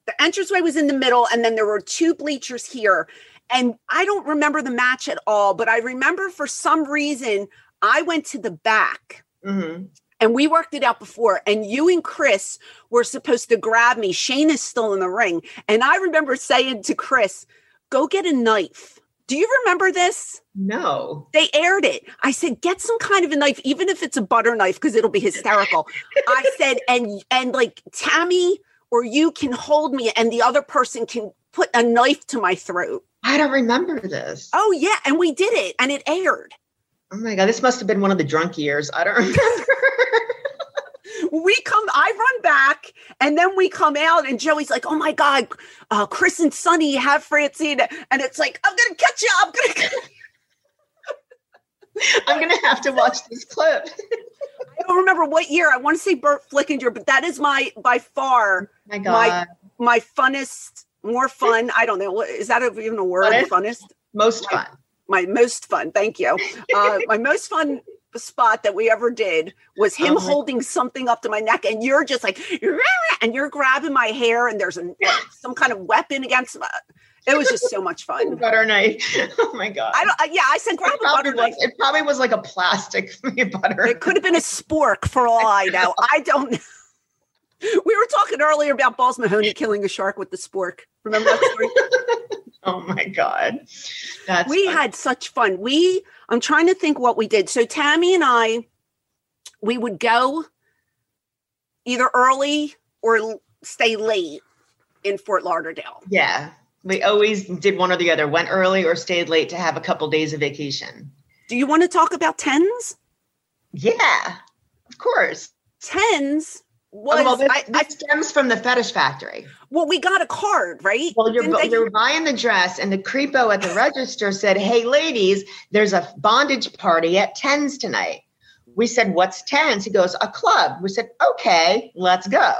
the entranceway was in the middle and then there were two bleachers here and i don't remember the match at all but i remember for some reason i went to the back Mhm. and we worked it out before and you and chris were supposed to grab me shane is still in the ring and i remember saying to chris go get a knife do you remember this No. they aired it. I said, get some kind of a knife, even if it's a butter knife, because it'll be hysterical. I said, and and like Tammy or you can hold me, and the other person can put a knife to my throat. I don't remember this. Oh, Oh yeah, and we did it, and it aired. my God. This must have been one of the drunk years. I don't [laughs] remember. We come, I run back, and then we come out, and Joey's like, "Oh my God, uh, Chris and Sonny have Francina," and it's like, "I'm gonna catch you, I'm gonna." Catch you. I'm going to have to watch this clip. I don't remember what year. I want to say Bert Flickinger, but that is my by far My God. My- my funnest, more fun. I don't know. what- Is that even a word? Funnest? Funnest? Most my- fun. My most fun. Thank you. Uh, my most fun spot that we ever did was him Oh my- holding something up to my neck, and you're just like, "Rah, rah," and you're grabbing my hair, and there's a, some kind of weapon against my. It was just so much [laughs] fun. [laughs] butter knife. Oh my god! I don't. uh, yeah, I said grab It a butter probably, knife. was, it probably was like a plastic [laughs] butter. It could have been a spork for all I know. I don't know. [laughs] We were talking earlier about Balls Mahoney killing a shark with the spork. Remember that story? Oh my god! That's we fun. had such fun. We I'm trying to think what we did. So Tammy and I, we would go either early or l- stay late in Fort Lauderdale. yeah. We always did one or the other. Went early or stayed late to have a couple days of vacation. Do you want to talk about tens? Yeah, of course. Tens was Oh, well, this, I, I, this stems from the Fetish Factory. well, we got a card, right? Well, you're, Didn't they- you're buying the dress, and the creepo at the register said, Hey, ladies, there's a bondage party at 10s tonight. We said, What's 10s? He goes, A club. We said, Okay, let's go.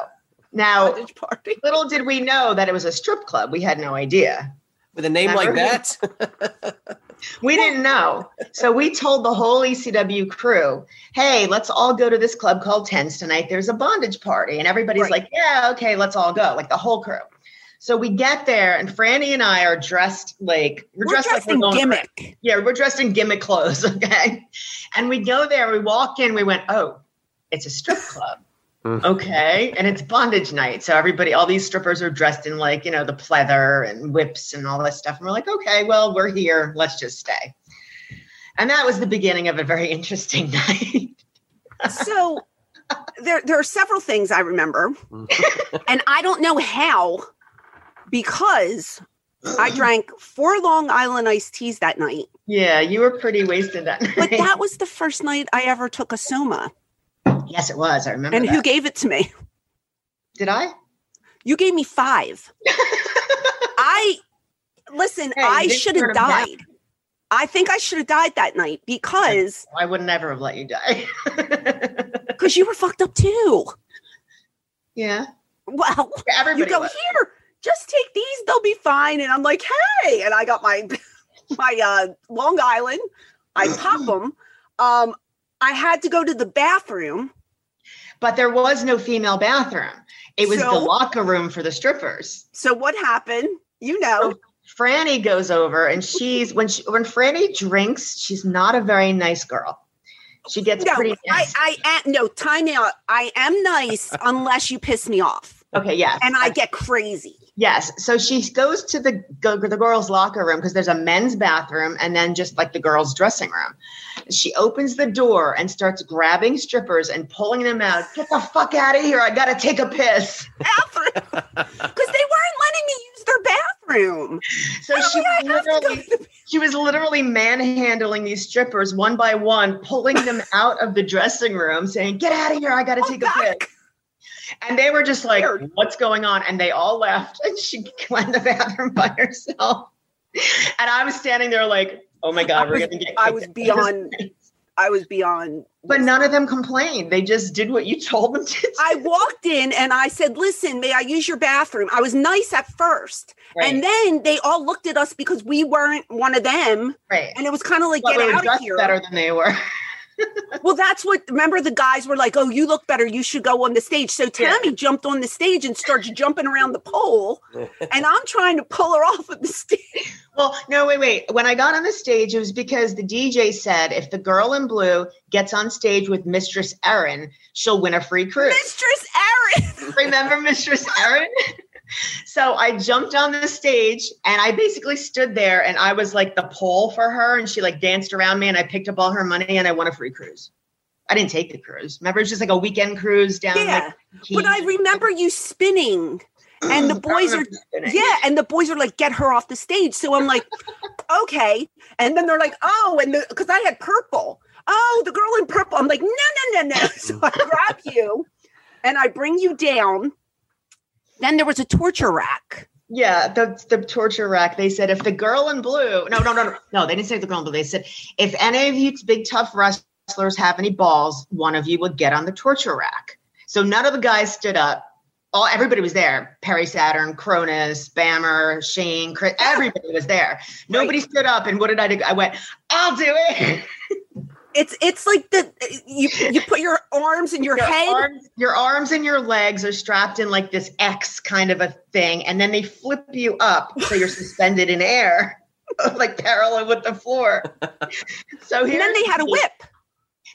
Now, cottage party. little did we know that it was a strip club. We had no idea. With a name like Remember? that? We didn't know. So we told the whole ECW crew, hey, let's all go to this club called Tens tonight. There's a bondage party. And everybody's Right. like, yeah, okay, let's all go, like the whole crew. So we get there, and Franny and I are dressed like we're, We're dressed, dressed like in we're going- gimmick. Yeah, we're dressed in gimmick clothes. [laughs] Okay. And we go there, we walk in, we went, oh, it's a strip club. Mm. okay. And it's bondage night. So everybody, all these strippers are dressed in like, you know, the pleather and whips and all that stuff. And we're like, okay, well, we're here. Let's just stay. And that was the beginning of a very [laughs] interesting night. So there there are several things I remember. [laughs] and I don't know how because I drank four Long Island iced teas that night. yeah, you were pretty wasted that night. But that was the first night I ever took a soma. yes, it was. I remember. And who that. gave it to me? Did I? You gave me [laughs] five. I listen, Hey, I you didn't should have turn 'em down. died. I think I should have died that night [laughs] because I would never have let you die. [laughs] because you were fucked up too. yeah. Well, you Everybody go was. here, just take these, they'll be fine. And I'm like, hey, and I got my [laughs] my uh Long Island, [clears throat] I pop them. Um, I had to go to the bathroom. but there was no female bathroom. It was the So- locker room for the strippers. So what happened? You Oh, know, Franny goes over and she's when she when Franny drinks, she's not a very nice girl. She gets no, pretty I, nasty. I am, no time out. I am [laughs] nice unless you piss me off, okay, yes. and I get crazy. [laughs] Yes. So she goes to the go, the girls' locker room because there's a men's bathroom and then just like the girls' dressing room. She opens the door and starts grabbing strippers and pulling them out. Get the fuck out of here! I gotta take a piss. bathroom because they weren't letting me use their bathroom. So How she did I have to go literally to the- she was literally manhandling these strippers one by one, pulling [laughs] them out of the dressing room, saying, "Get out of here! I gotta Oh, take a God. piss." And they were just like, Weird. "What's going on?" And they all left, and she [laughs] went to the bathroom by herself. And I was standing there like, "Oh my god, I we're was- gonna get." I kicked was out of this beyond- place." I was beyond. But none of them complained. They just did what you told them to. do. I walked in and I said, "Listen, may I use your bathroom?" I was nice at first, and Right, then they all looked at us because we weren't one of them, right. and it was kind of like, But we "Get were out of dressed here." better than they were. Well, that's what. Remember, the guys were like, "Oh, you look better. You should go on the stage." So Tammy jumped on the stage and starts jumping around the [laughs] pole, and I'm trying to pull her off of the stage. Well, no, wait, wait. When I got on the stage, it was because the DJ said if the girl in blue gets on stage with Mistress Erin, she'll win a free cruise. Mistress Erin. [laughs] Remember Mistress Erin? [laughs] so I jumped on the stage and I basically stood there and I was like the pole for her and she like danced around me and I picked up all her money and I won a free cruise. I didn't take the cruise. Remember, it was just like a weekend cruise down. Yeah, like, But I remember you spinning, and the boys are yeah, and the boys are like, get her off the stage. So I'm like, okay. And then they're like, oh, and because I had purple. Oh, the girl in purple. I'm like, no, no, no, no. So I grab you, and I bring you down. Then there was a torture rack. Yeah, the the torture rack. They said if the girl in blue, no, no, no, no, no, they didn't say the girl in blue. They said if any of you big tough wrestlers have any balls, one of you would get on the torture rack. So none of the guys stood up. All everybody was there. Perry Saturn, Cronus, Bammer, Shane, Chris, everybody was there. Nobody stood up. And what did I do? I went, I'll do it. It's it's like the you you put your arms and your, Your head. arms, your arms and your legs are strapped in like this X kind of a thing, and then they flip you up [laughs] so you're suspended in air, [laughs] like parallel with the [laughs] floor. So and then here's they had a me. whip.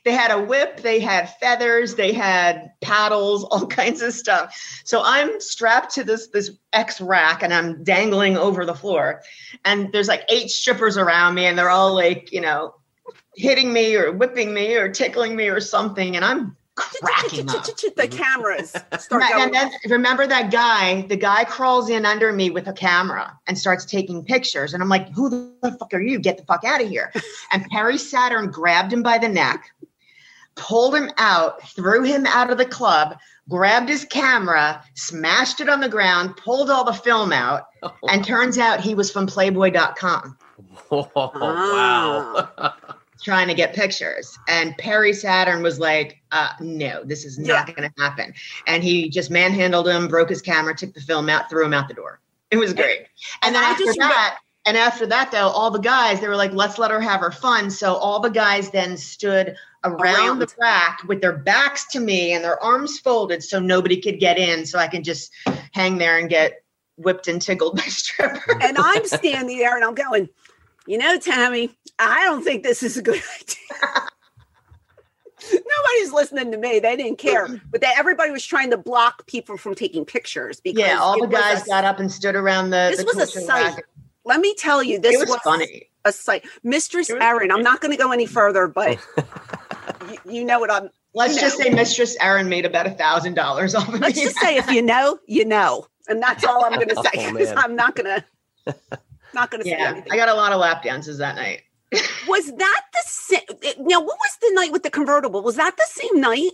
They had a whip. They had feathers. They had paddles. [laughs] All kinds of stuff. So I'm strapped to this this X rack, and I'm dangling over the floor. And there's like eight strippers around me, and they're all like, you know, hitting me or whipping me or tickling me or something, and [laughs] I'm cracking up. The cameras start Right, going. and then remember that guy the guy crawls in under me with a camera and starts taking pictures and i'm like who the fuck are you get the fuck out of here and perry saturn grabbed him by the neck pulled him out threw him out of the club grabbed his camera smashed it on the ground pulled all the film out [laughs] and turns out he was from playboy.com Oh, wow. trying to get pictures. And Perry Saturn was like, uh, no, this is not going to happen. And he just manhandled him, broke his camera, took the film out, threw him out the door. It was great. And, then I after just re- that, and after that, though, all the guys, they were like, let's let her have her fun. So all the guys then stood around, Around. the rack with their backs to me and their arms folded so nobody could get in. So I can just hang there and get whipped and tickled [laughs] by strippers. and I'm standing there and I'm going, you know, Tammy, I don't think this is a good [laughs] idea. Nobody's listening to me. They didn't care, but they, everybody was trying to block people from taking pictures. Because Yeah, all it the was guys a- got up and stood around the. This the was a torture sight. rack. Let me tell you, this it was, funny. a sight. Mistress It was Erin, I'm not going to go any [laughs] further, but you, you know what I'm. Let's No. just say Mistress Erin made about a thousand dollars off of Let's me. just say, if [laughs] you know, you know, and that's all [laughs] I'm going to say Oh, 'cause man. I'm not going to. Not going to say yeah, anything. I got a lot of lap dances that night. Was that the same? Now, what was the night with the convertible? Was that the same night?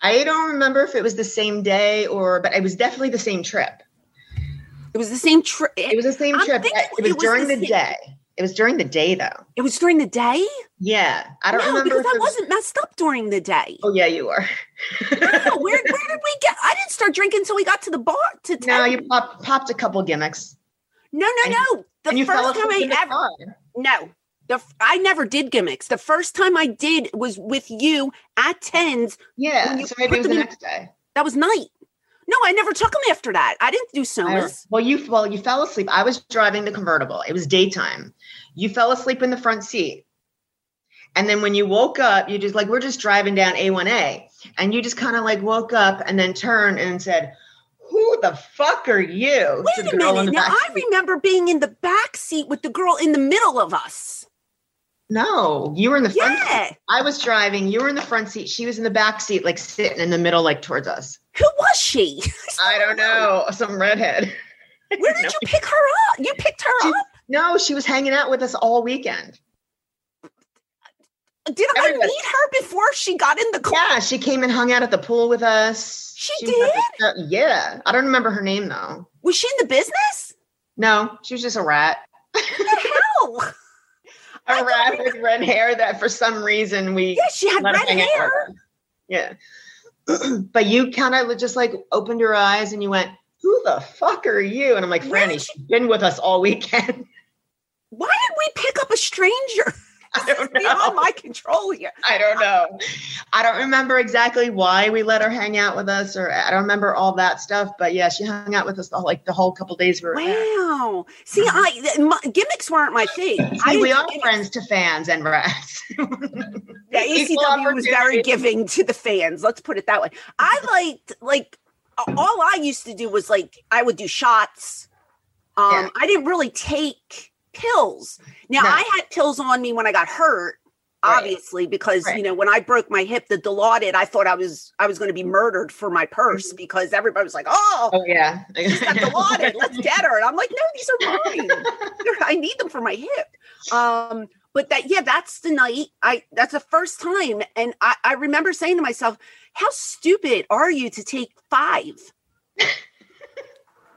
I don't remember if it was the same day or, but it was definitely the same trip. It was the same trip. It was the same I'm trip. thinking It was it was during the the, same- day. It was during the day though. It was during the day. Yeah, I don't no, remember. because if I it was- wasn't messed up during the day. Oh yeah, you [laughs] were. No, where, where did we get? I didn't start drinking until we got to the bar. To no, 10. you popped, popped a couple gimmicks, no, no, and- no. The and you fell first time asleep I in the ever. car. No, The f- I never did gimmicks. The first time I did was with you at tens. When Yeah. you So maybe put it was the them in- next day. That was night. No, I never took them after that. I didn't do I- somas. well, you well you fell asleep. I was driving the convertible. It was daytime. You fell asleep in the front seat, and then when you woke up, you just like we're just driving down A1A, and you just kind of like woke up and then turned and said, "Who the fuck are you?" to Wait a the girl in the minute. Now back I seat. remember being in the back seat with the girl in the middle of us. No, you were in the front. Yeah. Seat. I was driving. You were in the front seat. She was in the back seat, like sitting in the middle, like towards us. Who was [laughs] she? I don't know. Some redhead. Where [laughs] did you pick her up? You picked her She- up. No, she was hanging out with us all weekend. Did I everybody- meet her before she got in the car? Yeah, she came and hung out at the pool with us. She was at the- yeah, I don't remember her name though. Was she in the business? No, she was just a rat. [laughs] No. A rat with red hair that for some reason we Yeah, she had let her red hang out hair. with us. Yeah. [clears throat] but you kind of just like opened your eyes and you went, Who the fuck are you? And I'm like, Where did Franny, she's been with us all weekend. [laughs] Why did we pick up a stranger? I don't [laughs] know. Beyond my control here. I don't know. I don't remember exactly why we let her hang out with us or I don't remember all that stuff. But yeah, she hung out with us the whole like the whole couple days we were there. Wow. See, I th- my, gimmicks weren't my thing. I See, we didn't are do friends to fans and rats. Yeah, Equal ECW was very opportunity. giving to the fans. Let's put it that way. I liked like all I used to do was like I would do shots. Um, Yeah. I didn't really take pills. Now No. I had pills on me when I got hurt, Right. obviously, because you Right. know when I broke my hip, the Dilaudid, I thought I was I was going to be murdered for my purse Mm-hmm. because everybody was like, "Oh, Oh [laughs] yeah, [laughs] She's got the wanted. Let's get her. And I'm like, no, these are mine. They're- I need them for my hip. Um, but that, yeah, that's the night. I that's the first time, and I, I remember saying to myself, "How stupid are you to take five? [laughs]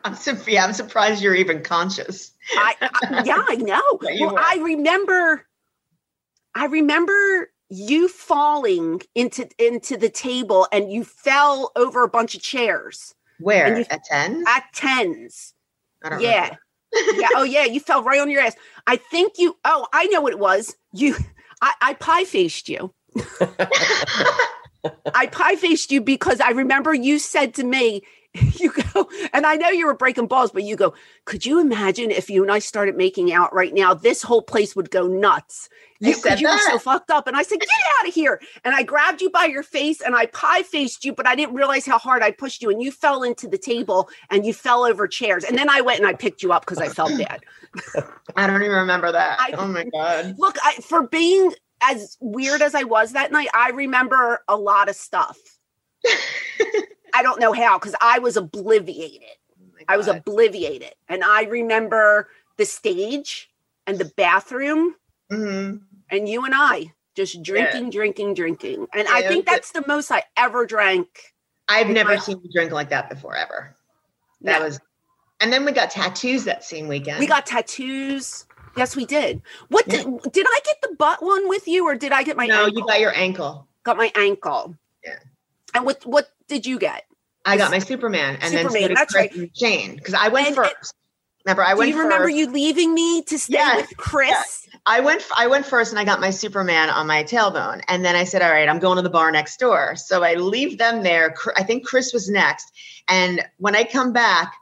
I'm, su- yeah, I'm surprised you're even conscious. I, [laughs] I yeah, I know. Yeah, you Well, were. I remember, I remember you falling into into the table, and you fell over a bunch of chairs Where And you- at ten? at tens. I don't yeah. yeah. Oh yeah. You fell right on your ass. I think you. Oh, I know what it was. You. I, I pie faced you. remember. [laughs] I pie faced you because I remember you said to me, [laughs] you go, and I know you were breaking balls, but you go, could you imagine if you and I started making out right now? This whole place would go nuts. I You, 'cause said you were so that. fucked up. And I said, get out of here. And I grabbed you by your face and I pie faced you, but I didn't realize how hard I pushed you. And you fell into the table and you fell over chairs. And then I went and I picked you up because I [clears throat] felt bad. I don't even remember that. I- oh my god. Look, I, for being as weird as I was that night, I remember a lot of [laughs] stuff. I don't know how because I was obliviated. Oh my I was God. obliviated. And I remember the stage and the bathroom Mhm. and you and I just drinking, drinking, drinking. And I Yeah, think but- that's the most I ever drank. I've never I- seen you drink like that before ever. No. That was. And then we got tattoos that same weekend. We got tattoos. Yes, we did. What Yeah. did, did I get the butt one with you or did I get my no. ankle? You got your ankle. got my ankle. Yeah. And what what did you get? I got my Superman, and then Superman, that's right. Jane because I went And- and- first. remember, I Do went. you remember first. you leaving me to stay Yes, with Chris? I went I went first and I got my Superman on my tailbone. And then I said, all right, I'm going to the bar next door. So I leave them there. Cr- I think Chris was next. And when I come back,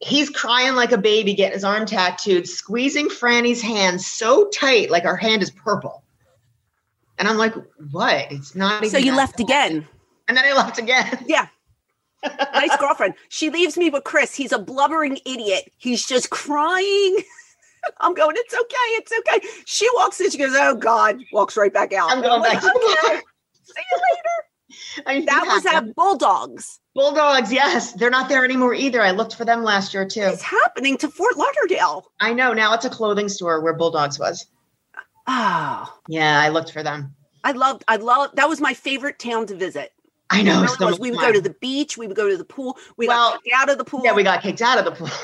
he's crying like a baby, getting his arm tattooed, squeezing Franny's hand so tight, like her hand is purple. And I'm like, what? It's not even So you that left bad. again. And then I left again. [laughs] Yeah. [laughs] nice girlfriend. She leaves me with Chris. He's a blubbering idiot. He's just crying. [laughs] I'm going, it's okay, it's okay. She walks in, she goes, Oh God, walks right back out. I'm going like, back to the [laughs] "Okay, bar. see you later." I That was yeah. at Bulldogs. Bulldogs, yes. They're not there anymore either. I looked for them last year too. It's happening to Fort Lauderdale. I know now it's a clothing store where Bulldogs was. Oh. Yeah, I looked for them. I loved, I loved that was my favorite town to visit. I know. It it's really the was. most We would fun. go to the beach, we would go to the pool, we Well, got kicked out of the pool. Yeah, we got kicked out of the pool. [laughs]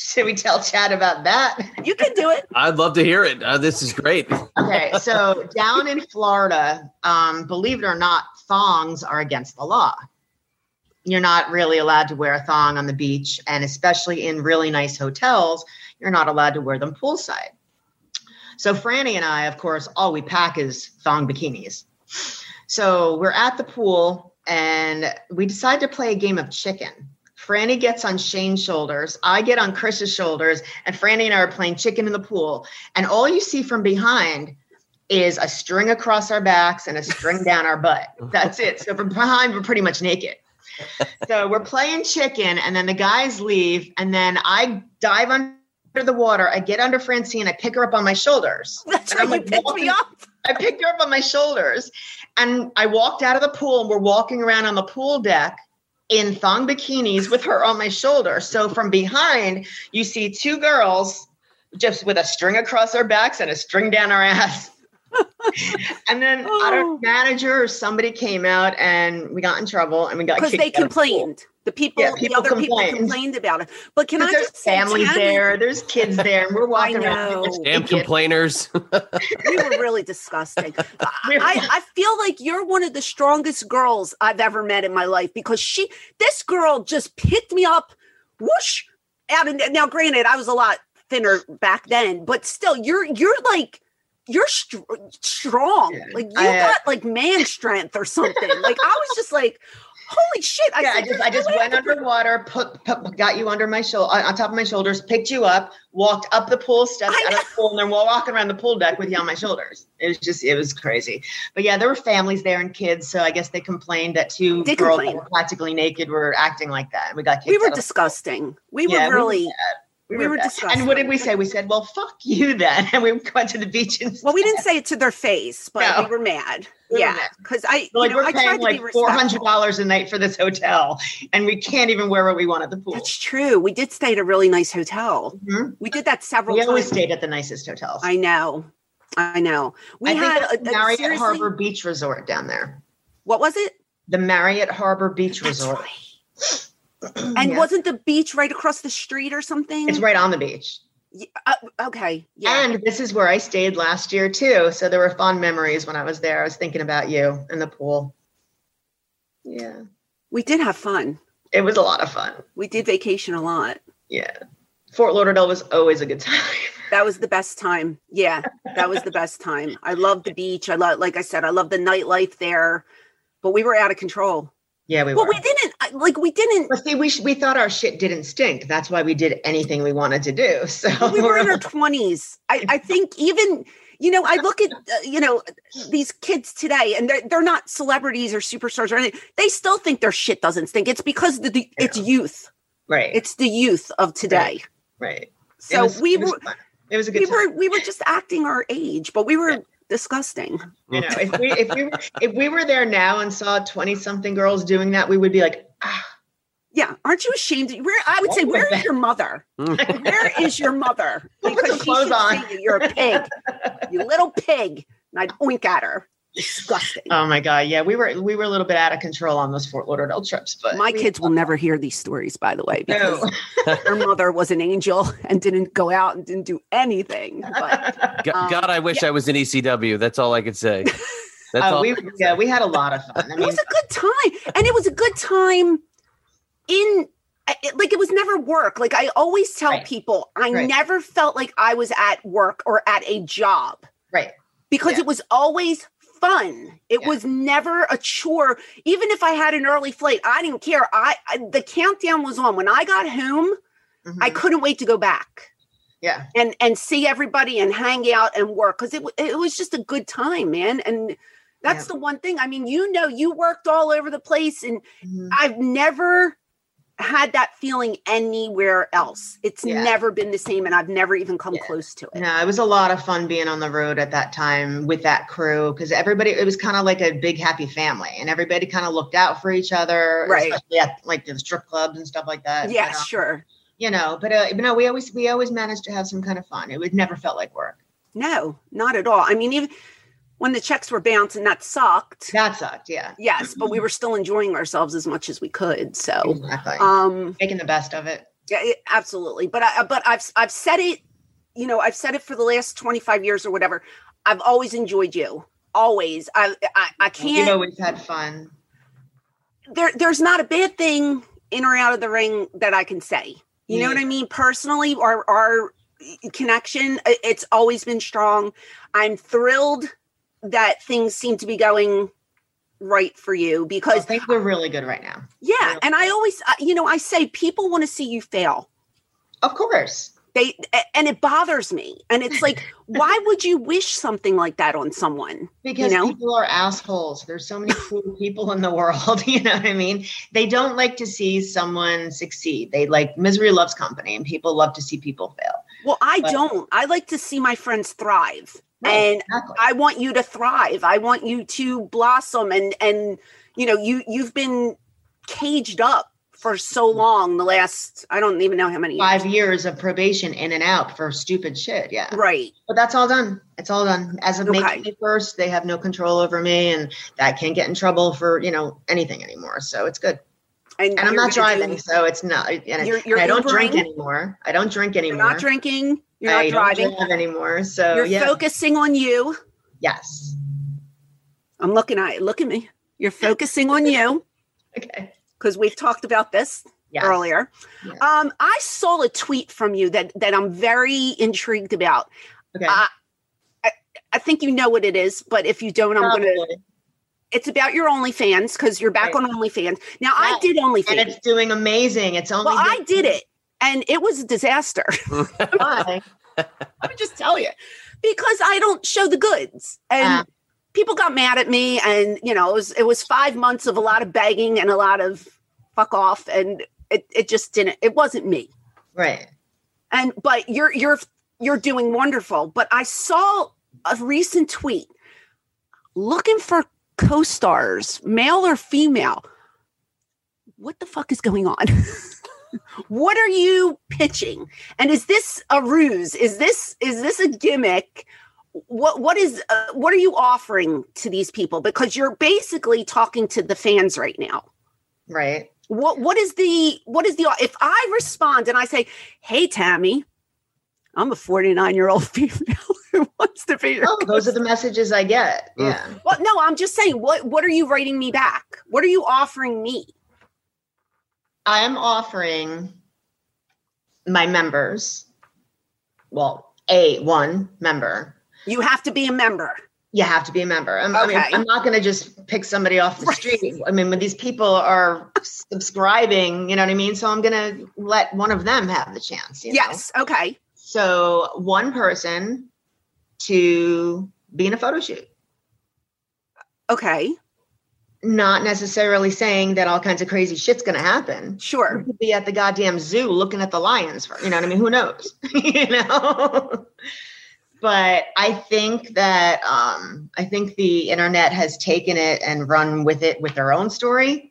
Should we tell Chad about that? you can do it. [laughs] I'd love to hear it. Uh, this is great. Okay, so down in Florida, um, believe it or not, thongs are against the law. You're not really allowed to wear a thong on the beach, and especially in really nice hotels, you're not allowed to wear them poolside. So Franny and I, of course, all we pack is thong bikinis. So we're at the pool and we decide to play a game of chicken. Franny gets on Shane's shoulders, I get on Chris's shoulders, and Franny and I are playing chicken in the pool. And all you see from behind is a string across our backs and a string down our butt. That's it. So from behind, we're pretty much naked. So we're playing chicken, and then the guys leave, and then I dive under the water. I get under Francine, I pick her up on my shoulders. That's And right. I'm You like picked walking- me up. I picked her up on my shoulders and I walked out of the pool and we're walking around on the pool deck in thong bikinis with her on my shoulder. So from behind, you see two girls just with a string across our backs and a string down [laughs] our ass. and then I don't Oh. know, manager or somebody came out and we got in trouble and we got because kicked they out of the pool. complained. The people, Yeah, the people other complained. people complained about it. But can I Because there's just say, families Tammy, there, there's kids there, and we're I walking around. know. Damn complainers. [laughs] We were really [laughs] disgusting. We're- I, I feel like you're one of the strongest girls I've ever met in my life because she, this girl just picked me up, whoosh, out of now. Granted, I was a lot thinner back then, but still, you're you're like you're str- strong. Yeah. Like you I, uh, got like [laughs] man strength or something. like I was just like, holy shit! yeah, I said, just "There's I no just way went could underwater, put, put got you under my shoulder on on top of my shoulders, picked you up, walked up the pool steps I out of the pool, and then we're walking around the pool deck with you on my shoulders. It was just it was crazy. But yeah, there were families there and kids, so I guess they complained that two They girls that complained. were practically naked were acting like that. And we got kicked. we were out of- disgusting. We Yeah, we were were really. bad. we were bad. disgusting. And what did we say? We said, "Well, fuck you then," [laughs] and we went to the beach and well, we didn't say it to their face, but No. we were mad. We were yeah, mad. because I, like you know, we're I tried paying to like be four respectful. hundred dollars a night for this hotel, and we can't even wear what we want at the pool. That's true. We did stay at a really nice hotel. Mhm. We did that several We always times. stayed at the nicest hotels. I know. I know. We I had think a, the a- Marriott seriously- Harbor Beach Resort down there. What was it? The Marriott Harbor Beach That's Resort. [clears throat] And Yeah. wasn't the beach right across the street or something? It's right on the beach. Y- uh, okay. Yeah. And this is where I stayed last year too. So there were fond memories when I was there. I was thinking about you and the pool. Yeah. we did have fun. It was a lot of fun. We did vacation a lot. Yeah. Fort Lauderdale was always a good [laughs] time. That was the best time. Yeah, that was the best time. I love the beach. I love, like I said, I love the nightlife there. But we were out of control. Yeah, we Well, were. we didn't I- like we didn't. Well, see, we sh- we thought our shit didn't stink. That's why we did anything we wanted to do. [laughs] So We were in our twenties. I, I think even you know I look at uh, you know these kids today, and they're they're not celebrities or superstars or anything. They still think their shit doesn't stink. It's because the, the it's youth. right, It's the youth of today. right. It So was- we it was were fun. It was a good we time. were we were just acting our age, but we were disgusting. You know, if we if we were- if we were there now and saw twenty something girls doing that, we would be like, ah, Yeah, aren't you ashamed? Where I would say, What was where is that? your mother? Where is your mother? Who [laughs] put the Because she clothes should on? see you. You're a pig, you little pig. And I'd oink at her. Disgusting. oh my god, yeah, we were we were a little bit out of control on those Fort Lauderdale trips, but My kids will never hear these stories, by the way, because [laughs] [laughs] no, their mother was an angel and didn't go out and didn't do anything. But G- Um, God, I wish I was in ECW. That's all I could say. That's oh, all. [laughs] we yeah, we had a lot of [laughs] fun. I it mean, was a good time, and it was a good time. In I- it- like it was never work. Like I always tell Right. people, I Right. never felt like I was at work or at a job. right, because Yeah. it was always fun. It Yeah. was never a chore. Even if I had an early flight, I didn't care. I, I the countdown was on. When I got home, I Mhm. couldn't wait to go back yeah, and and see everybody and hang out and work because it wa- it was just a good time, man. And that's the one thing. I mean, you know, you worked all over the place, and Mhm. I've never had that feeling anywhere else. It's Yeah. never been the same, and I've never even come Yeah. close to it. no, it was a lot of fun being on the road at that time with that crew because everybody it was kind of like a big happy family and everybody kind of looked out for each other, Right. Especially at like the strip clubs and stuff like that. yeah, you know? sure. you know but uh, but no we always we always managed to have some kind of fun it would never felt like work No, not at all. I mean, even when the checks were bounced and that sucked, that sucked yeah yes, but we were still enjoying ourselves as much as we could. So, exactly Oh. um, making the best of it yeah, it- absolutely. But I, uh, but I've I've said it, you know, I've said it for the last twenty five years or whatever. I've always enjoyed you. Always. I I, I you can't. know we've had fun there there's not a bad thing in or out of the ring that I can say. You know Yeah. what I mean? Personally, our our connection. I- It's always been strong. I'm thrilled that things seem to be going right for you I because think we're really good right now. yeah and i always uh, you know i say people want to see you fail Of course. they a- and it bothers me and it's [laughs] like why would you wish something like that on someone Because You know? people are assholes. There's so many [laughs] cool people in the world. [laughs] You know what I mean? They don't like to see someone succeed. They like misery loves company, and people love to see people fail. well i But- don't i like to see my friends thrive Right, and exactly. I want you to thrive. I want you to blossom and and you know you you've been caged up for so long the last I don't even know how many years. Mm-hmm. Five years of probation in and out for stupid shit. Yeah. Right. But that's all done. It's all done. As of May Okay. 21st, they have no control over me, and that can't get in trouble for, you know, anything anymore. So it's good. And I'm you're gonna do- not driving, so it's not. And, I- You're- you're and I don't drink Ubering? anymore. I don't drink You're anymore. not drinking. You're not I driving. Don't drive anymore. So you're yeah. focusing on you. Yes. I'm looking at look at me. You're focusing on you Okay. because we've talked about this Yes. earlier. Yeah. Um, I saw a tweet from you that that I'm very intrigued about. Okay. Uh, I think you know what it is, but if you don't, I'm gonna Probably. it's about your OnlyFans because you're back Right. on OnlyFans. Now I Right. did And OnlyFans. it's doing amazing. It's only Well, I did it and it was a disaster. [laughs] it. Let me just tell Uh. you. Because I don't show the goods. And Ah. people got mad at me and you know, it was it was five months of a lot of begging and a lot of fuck off and it, it just didn't it wasn't me. Right. And but you're you're you're doing wonderful. But I saw a recent tweet looking for co-stars, male or female. What the fuck is going on? [laughs] what are you pitching? And is this a ruse? Is this is this a gimmick? What what is uh, what are you offering to these people? Because you're basically talking to the fans right now Right. what what is the what is the if i respond and i say hey tammy i'm a 49 year old female [laughs] who wants to be your Oh, those are the messages I get. Mm. Yeah. well no i'm just saying what what are you writing me back what are you offering me I am offering my members, well, a one member. you have to be a member You have to be a member. I'm, I Okay. mean, I'm not going to just pick somebody off the street. I mean, when these people are subscribing, you know what I mean? So I'm going to let one of them have the chance. You know? yes okay So one person to be in a photo shoot. okay Not necessarily saying that all kinds of crazy shit's going to happen. sure You could be at the goddamn zoo looking at the lions for you know what I mean? Who knows? [laughs] you know. but I think that um, I think the internet has taken it and run with it with their own story.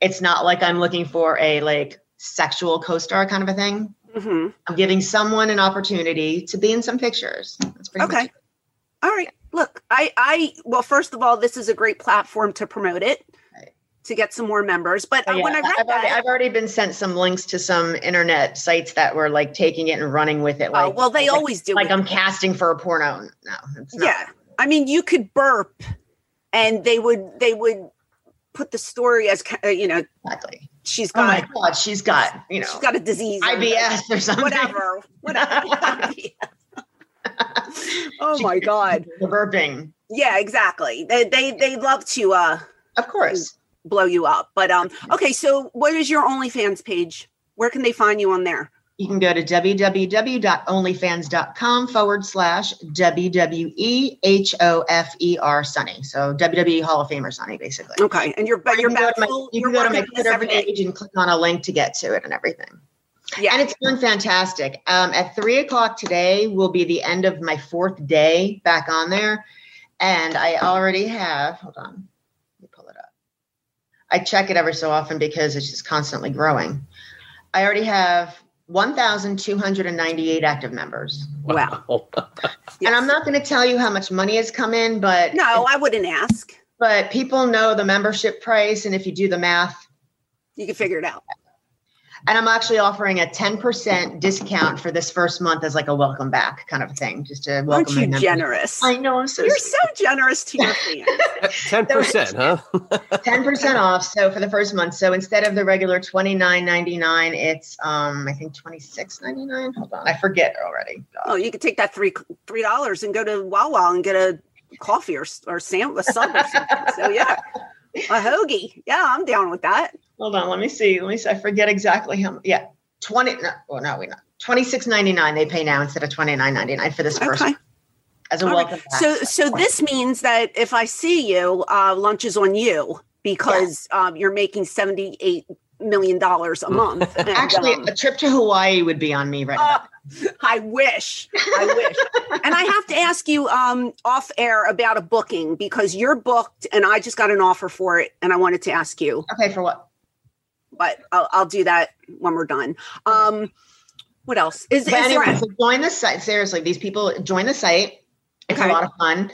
It's not like I'm looking for a like sexual co-star kind of a thing. hmm I'm giving someone an opportunity to be in some pictures. That's pretty much okay all right look i i well first of all this is a great platform to promote it Right. Oh, to get some more members but uh, Yeah, when i read I've that already, I've already been sent some links to some internet sites that were like taking it and running with it. Like, oh well they like, always do like it. I'm casting for a porno. No, it's not. yeah i mean you could burp and they would they would put the story as ki- uh, you know exactly. she's Oh my got god, she's got you know she's got a disease or IBS or something. [laughs] whatever [laughs] whatever Oh my God. The burping, yeah exactly they, they they love to uh of course. blow you up but um okay so what is your onlyfans page where can they find you on there You can go to www.onlyfans.com forward slash E WWEHOFER E Sunny. So WWE Hall of Famer Sunny, basically. okay and you're but You you're can go back to my, full- you you're can go to my working this Twitter every day page and click on a link to get to it and everything. yeah And it's been fantastic. Um, at three o'clock today will be the end of my fourth day back on there. And I already have, hold on, let me pull it up. I check it every so often because it's just constantly growing. I already have 1,298 active members. wow And I'm not going to tell you how much money has come in, but no i wouldn't ask but people know the membership price. And if you do the math, you can figure it out And I'm actually offering a 10% discount for this first month as like a welcome back kind of thing, just to Aren't welcome you them. generous? I know I'm so You're so generous to your fans. Ten percent, huh? 10% off. So for the first month. So instead of the regular $29.99, it's um I think $26.99. Hold on. I forget already. Oh, you could take that three three dollars and go to Wawa and get a coffee or or sam a sub or something. So yeah, a hoagie. Yeah, I'm down with that. Hold on. Let me see. Let me see. I forget exactly how much. Yeah. 20 no, well no, we not. 26.99 they pay now instead of 29.99 for this first Okay. as a All welcome right. back. So so this means that if I see you, uh, lunch is on you because um, you're making seventy eight million dollars a month. And, Actually, um, a trip to Hawaii would be on me right now. Oh, I wish. I wish. and I have to ask you um, off air about a booking because you're booked and I just got an offer for it and I wanted to ask you, Okay, for what? but I'll, I'll do that when we're done. Um, what else? Is, is But there, anyway, so join the site. Seriously, these people join the site. It's Okay. a lot of fun.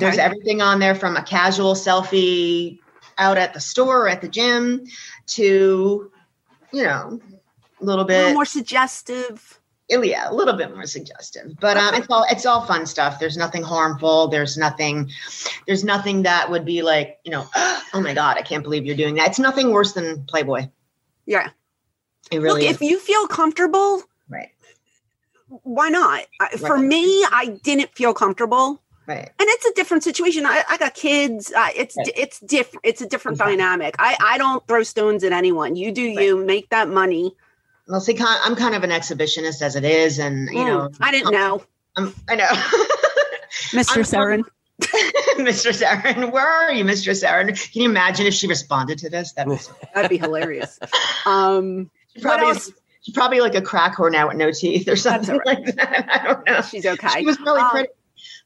There's Okay. everything on there from a casual selfie out at the store or at the gym to, you know, a a little little bit more suggestive? yeah, a little bit more suggestive. But um, it's all it's all fun stuff. There's nothing harmful. There's nothing there's nothing that would be like, you know, [gasps] oh my God, I can't believe you're doing that. It's nothing worse than Playboy. Yeah. It really Look, is. if you feel comfortable, right. why not? I For Right. me, I didn't feel comfortable. Right. and it's a different situation. I, I got kids. Uh, it's Right. it's different. It's a different Exactly. dynamic. I I don't throw stones at anyone. You do you. Make that money. Well, see, kind- I'm kind of an exhibitionist as it is, and you Mm, know, I didn't know, I'm, Um, I [laughs] know. Mistress Erin. Mistress Aaron, where are you, Mistress Aaron? Can you imagine if she responded to this? That was That'd be hilarious. Um, she What probably else? she's probably like a crack whore now with no teeth or something like that. [laughs] I don't know. she's okay. She was really Um, pretty.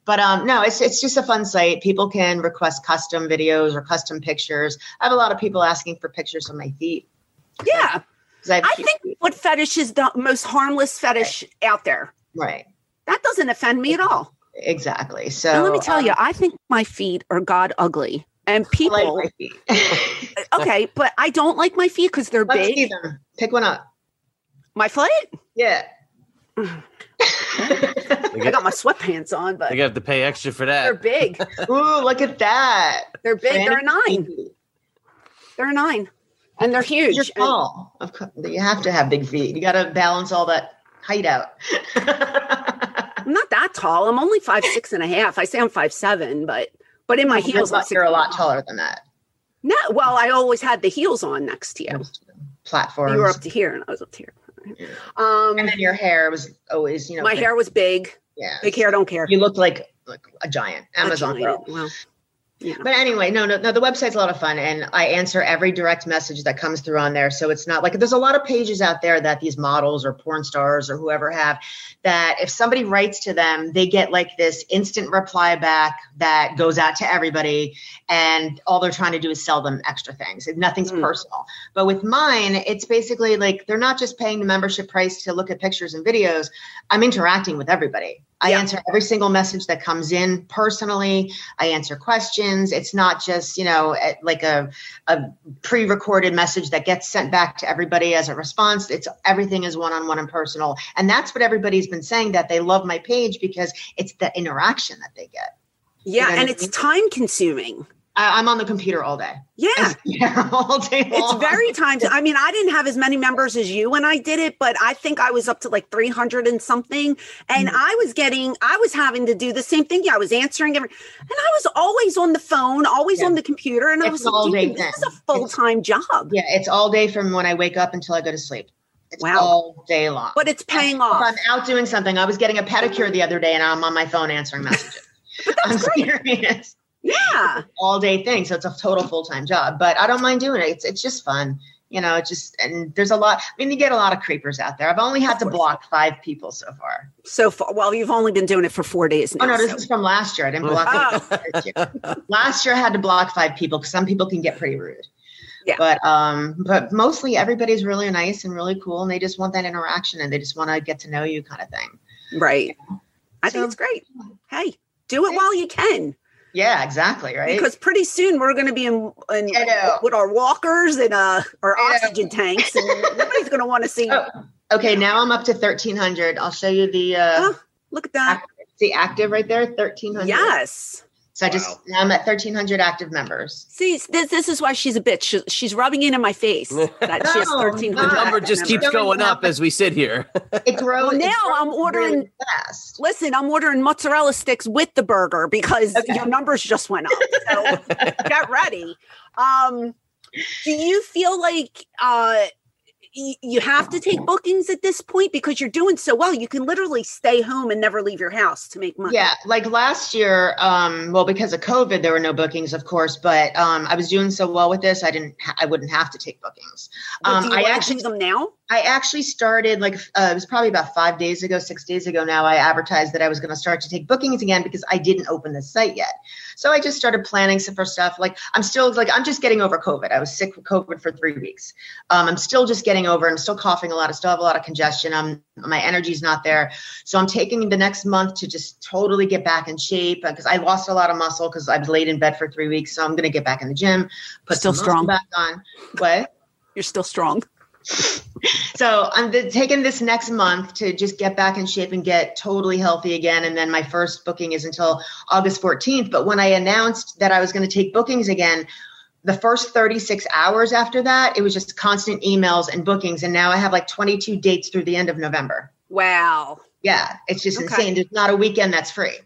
But um, no, it's it's just a fun site. People can request custom videos or custom pictures. I have a lot of people asking for pictures of my feet. [laughs] yeah, 'cause have I cute think feet. foot fetish is the most harmless fetish out there. right, That doesn't offend me at all. exactly. So and let me tell um, you, I think my feet are god ugly, and I like people. my feet. [laughs] okay, but I don't like my feet because they're Let's see big. them. Pick one up. My foot. Yeah. They I get, got my sweatpants on, but they have to pay extra for they're that. big. Ooh, look at that. They're big. They're a nine. Fantasy. They're a nine, and they're huge. Your And- call. Of course, you have to have big feet. You got to balance all that height out. [laughs] I'm not that tall. I'm only five six and a half. I say I'm five seven, but but in my heels, I'm but you're a six- lot taller than that. No, well, I always had the heels on next to you. Platforms. You were up to here, and I was up to here. and Um, then your hair was always, you know, my big- hair was big. Yeah. Big hair, don't care. You looked like, like a giant Amazon Actually, girl. Well, you know. But anyway, no, no, no. The website's a lot of fun, and I answer every direct message that comes through on there. So it's not like there's a lot of pages out there that these models or porn stars or whoever have that if somebody writes to them, they get like this instant reply back that goes out to everybody, and all they're trying to do is sell them extra things. And Nothing's Mm. personal. But with mine, it's basically like they're not just paying the membership price to look at pictures and videos. I'm interacting with everybody. I Yeah. answer every single message that comes in personally. I answer questions. It's not just, you know, eh, like a, a pre recorded message that gets sent back to everybody as a response. It's everything is one on one and personal. And that's what everybody's been saying that they love my page because it's the interaction that they get. yeah, You know and what I it's mean? time consuming. I, I'm on the computer all day. Yeah. [laughs] all day It's long. very times. I mean, I didn't have as many members as you when I did it, but I think I was up to like 300 and something. Mm. And I was getting, I was having to do the same thing. Yeah, I was answering every, and I was always on the phone, always Yeah. on the computer. And I It's was an like, all-day "Dude, this is thing. a full time job, Yeah, it's all day from when I wake up until I go to sleep. It's Wow. all day long. but it's paying if off. I'm out doing something, I was getting a pedicure the other day and I'm on my [laughs] phone answering messages. I'm serious. yeah. All day thing. So it's a total full time job. But I don't mind doing it. It's it's just fun. You know, it's just and there's a lot I mean, you get a lot of creepers out there. I've only had to block five people so far. So far, well, you've only been doing it for four days now. Oh no, this so- is from last year. I didn't [laughs] block Oh. it this year. Last year I had to block five people because some people can get pretty rude. Yeah. But um, but mostly everybody's really nice and really cool, and they just want that interaction and they just want to get to know you kind of thing. right. I think So- it's great. Hey, do it while you can. Yeah, exactly. Right. Because pretty soon we're going to be in, in I know. with our walkers and uh, our I know. oxygen tanks, and nobody's going to want to see. Oh. okay, now I'm up to thirteen hundred. I'll show you the uh, Oh, look at that. the active right there, thirteen hundred. Yes. So I just Wow. now I'm at thirteen hundred active members. See, this this is why she's a bitch. She- she's rubbing it in my [laughs] face that she has No, thirteen no. hundred. Number Number just keeps Don't going even up have- as we sit here. It grows. Well, it now grows I'm ordering- really fast. Listen, I'm ordering mozzarella sticks with the burger because your numbers just went up. [laughs] So get ready. Um, do you feel like uh, y- you have to take bookings at this point because you're doing so well? You can literally stay home and never leave your house to make money. Yeah, like last year, um, well, because of COVID, there were no bookings, of course. But um, I was doing so well with this, I didn't, ha- I wouldn't have to take bookings. But Um, do you I wanna actually do them now. I actually started like uh, it was probably about five days ago, six days ago now. I advertised that I was going to start to take bookings again because I didn't open the site yet. So I just started planning some for stuff. Like I'm still like I'm just getting over COVID. I was sick with COVID for three weeks. Um, I'm still just getting over. it. I'm still coughing a lot. I still have a lot of congestion. I'm my energy's not there. So I'm taking the next month to just totally get back in shape because I lost a lot of muscle because I've laid in bed for three weeks. So I'm going to get back in the gym, put Still some strong. muscle back on. What? You're still strong. So I'm th- taking this next month to just get back in shape and get totally healthy again. And then my first booking is until August 14th. But when I announced that I was going to take bookings again, the first 36 hours after that, it was just constant emails and bookings. And now I have like 22 dates through the end of November. Wow. Yeah, it's just Okay. insane. There's not a weekend that's free.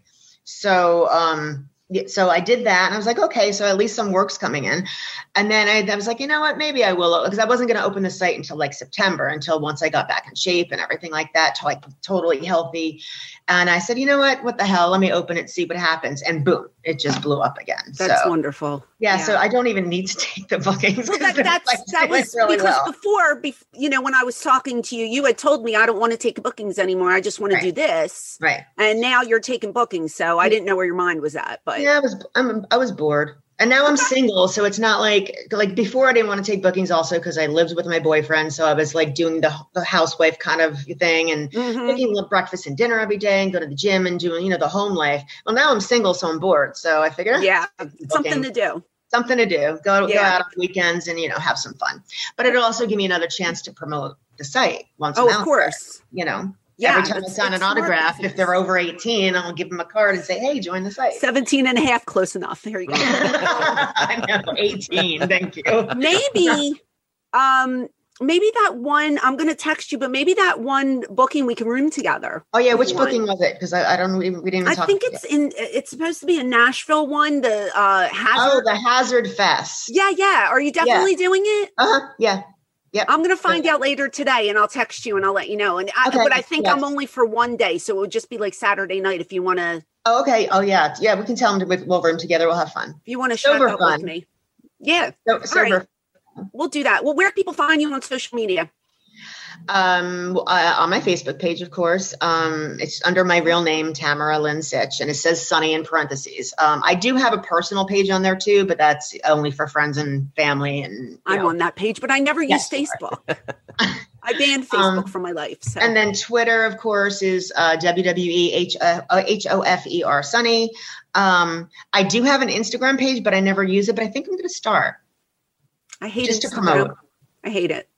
So, um, yeah, so I did that, and I was like, okay, so at least some work's coming in. And then I, I was like, you know what, maybe I will, because I wasn't going to open the site until like September, until once I got back in shape and everything like that, till like totally healthy. And I said, you know what, what the hell? Let me open it, see what happens. And boom, it just blew up again. That's so [laughs] wonderful. yeah, so I don't even need to [laughs] take the bookings. Well, 'cause that, they're, that's like, that doing was really because well. before, bef- you know, when I was talking to you, you had told me I don't want to take bookings anymore. I just want to Right. do this, right. and now you're taking bookings. So I didn't know where your mind was at, but Yeah, I was I'm I was bored. And now I'm single, so it's not like like before I didn't want to take bookings also because I lived with my boyfriend, so I was like doing the, the housewife kind of thing and Mhm. making little breakfast and dinner every day and go to the gym and doing, you know, the home life. Well, now I'm single, so I'm bored. So I figured eh, yeah, booking. something to do. something to do. Go, go Yeah. out on weekends and you know, have some fun. But it'll also give me another chance to promote the site once Oh, I'm of out course. there, you know. Yeah, every time I it's- sign an it's smart autograph, business. if they're over 18, I'll give them a card and say, "Hey, join the site." 17 and a half, close enough. There you go. [laughs] I know, 18. Thank you. maybe, um, maybe that one. I'm gonna text you, but maybe that one booking we can room together. Oh yeah, which One. booking was it? Because I, I don't we didn't we didn't even I talk think about it's in. It's supposed to be a Nashville one. The uh, it. Oh, hazard. the Hazard Fest. yeah, yeah. Are you definitely doing it? Uh-huh. Yeah. I'm gonna find out later today, and I'll text you and I'll let you know. And I, Okay, but I think yes. I'm only for one day, so it would just be like Saturday night if you wanna Oh, okay. Oh yeah. Yeah, we can tell them to with we'll room together. We'll have fun. if you wanna show Sober up with fun. me. Yeah, So, sober. right. we'll do that. Well, where can people find you on social media? Um uh, on my Facebook page, of course. Um it's under my real name, Tamara Lynn Sitch, and it says Sunny in parentheses. Um I do have a personal page on there too, but that's only for friends and family and you I'm know. on that page, but I never Yes, use you Facebook. [laughs] I banned Um, Facebook from my life. So And then Twitter, of course, is uh, WWE H- uh, H O F E R Sunny. Um, I do have an Instagram page, but I never use it. But I think I'm going to start. I hate just to Instagram. promote. I hate it.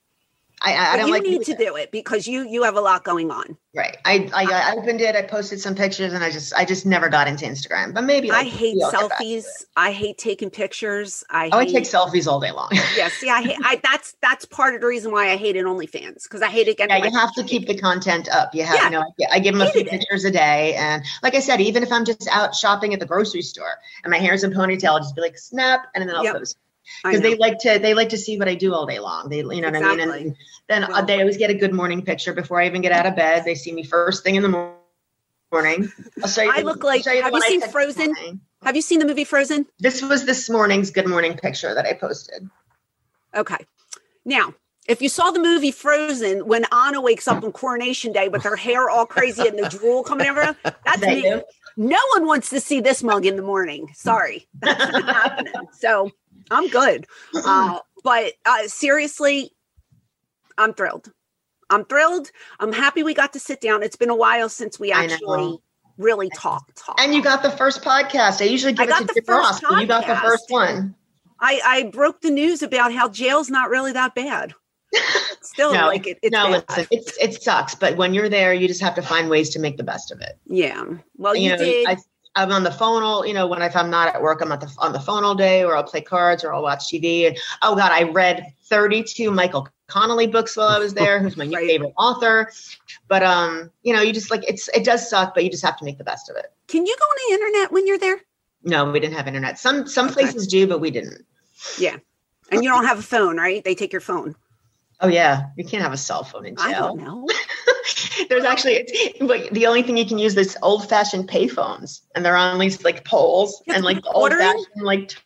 I, I, I But don't you like need to do it because you you have a lot going on. right. I, I I opened it. I posted some pictures, and I just I just never got into Instagram. But maybe I like, hate maybe I'll get back to selfies. it. I hate taking pictures. I Oh, I hate take selfies all day long. [laughs] Yeah, see, I hate I that's that's part of the reason why I hated OnlyFans because I hated getting Yeah, my you have to keep the content up. You have, Yeah. you know, I gi- I give them a few Hated it. pictures a day, and like I said, even if I'm just out shopping at the grocery store and my hair's in ponytail, I'll just be like snap, and then I'll Yep. post. I because they know. like to they like to see what I do all day long. They you know what I mean. And Exactly. then uh, Well- they always get a good morning picture before I even get out of bed. They see me first thing in the mor- morning. I'll show you. I the- look I'll like- show the have you one I seen took this Frozen? morning. Have you seen the movie Frozen? This was this morning's good morning picture that I posted. Okay. Now, if you saw the movie Frozen when Anna wakes up on Coronation Day with her hair all crazy [laughs] and the drool coming over, that's that me. you? No one wants to see this mug in the morning. Sorry. That's not happening. So I'm good. Uh, but uh, seriously, I'm thrilled. I'm thrilled. I'm happy we got to sit down. It's been a while since we I know. actually really talk talk. [laughs] And you got the first podcast. I usually give I it got to the Dick first Ross, but you got the podcast. first one. I, I broke the news about how jail's not really that [laughs] bad. Still, No, like it, it's no, bad. listen, it's, it sucks, but when you're there, you just have to find ways to make the best of it. yeah. Well, Oh, you, know, did. I, I'm on the phone all, you know, when if I'm not at work, I'm at the, on the phone all day, or I'll play cards, or I'll watch TV. And oh God, I read 32 Michael Connolly books while I was there, who's my new Right. favorite author. But um, you know, you just like it's it does suck, but you just have to make the best of it. Can you go on the internet when you're there? No, we didn't have internet. Some some places do, but we didn't. Yeah. And you don't have a phone, right? They take your phone. Oh yeah, you can't have a cell phone in I don't jail. know. [laughs] There's actually it's, like, the only thing you can use is old fashioned payphones, and they're on these like poles You have and to like put a old quarter in? fashioned like t-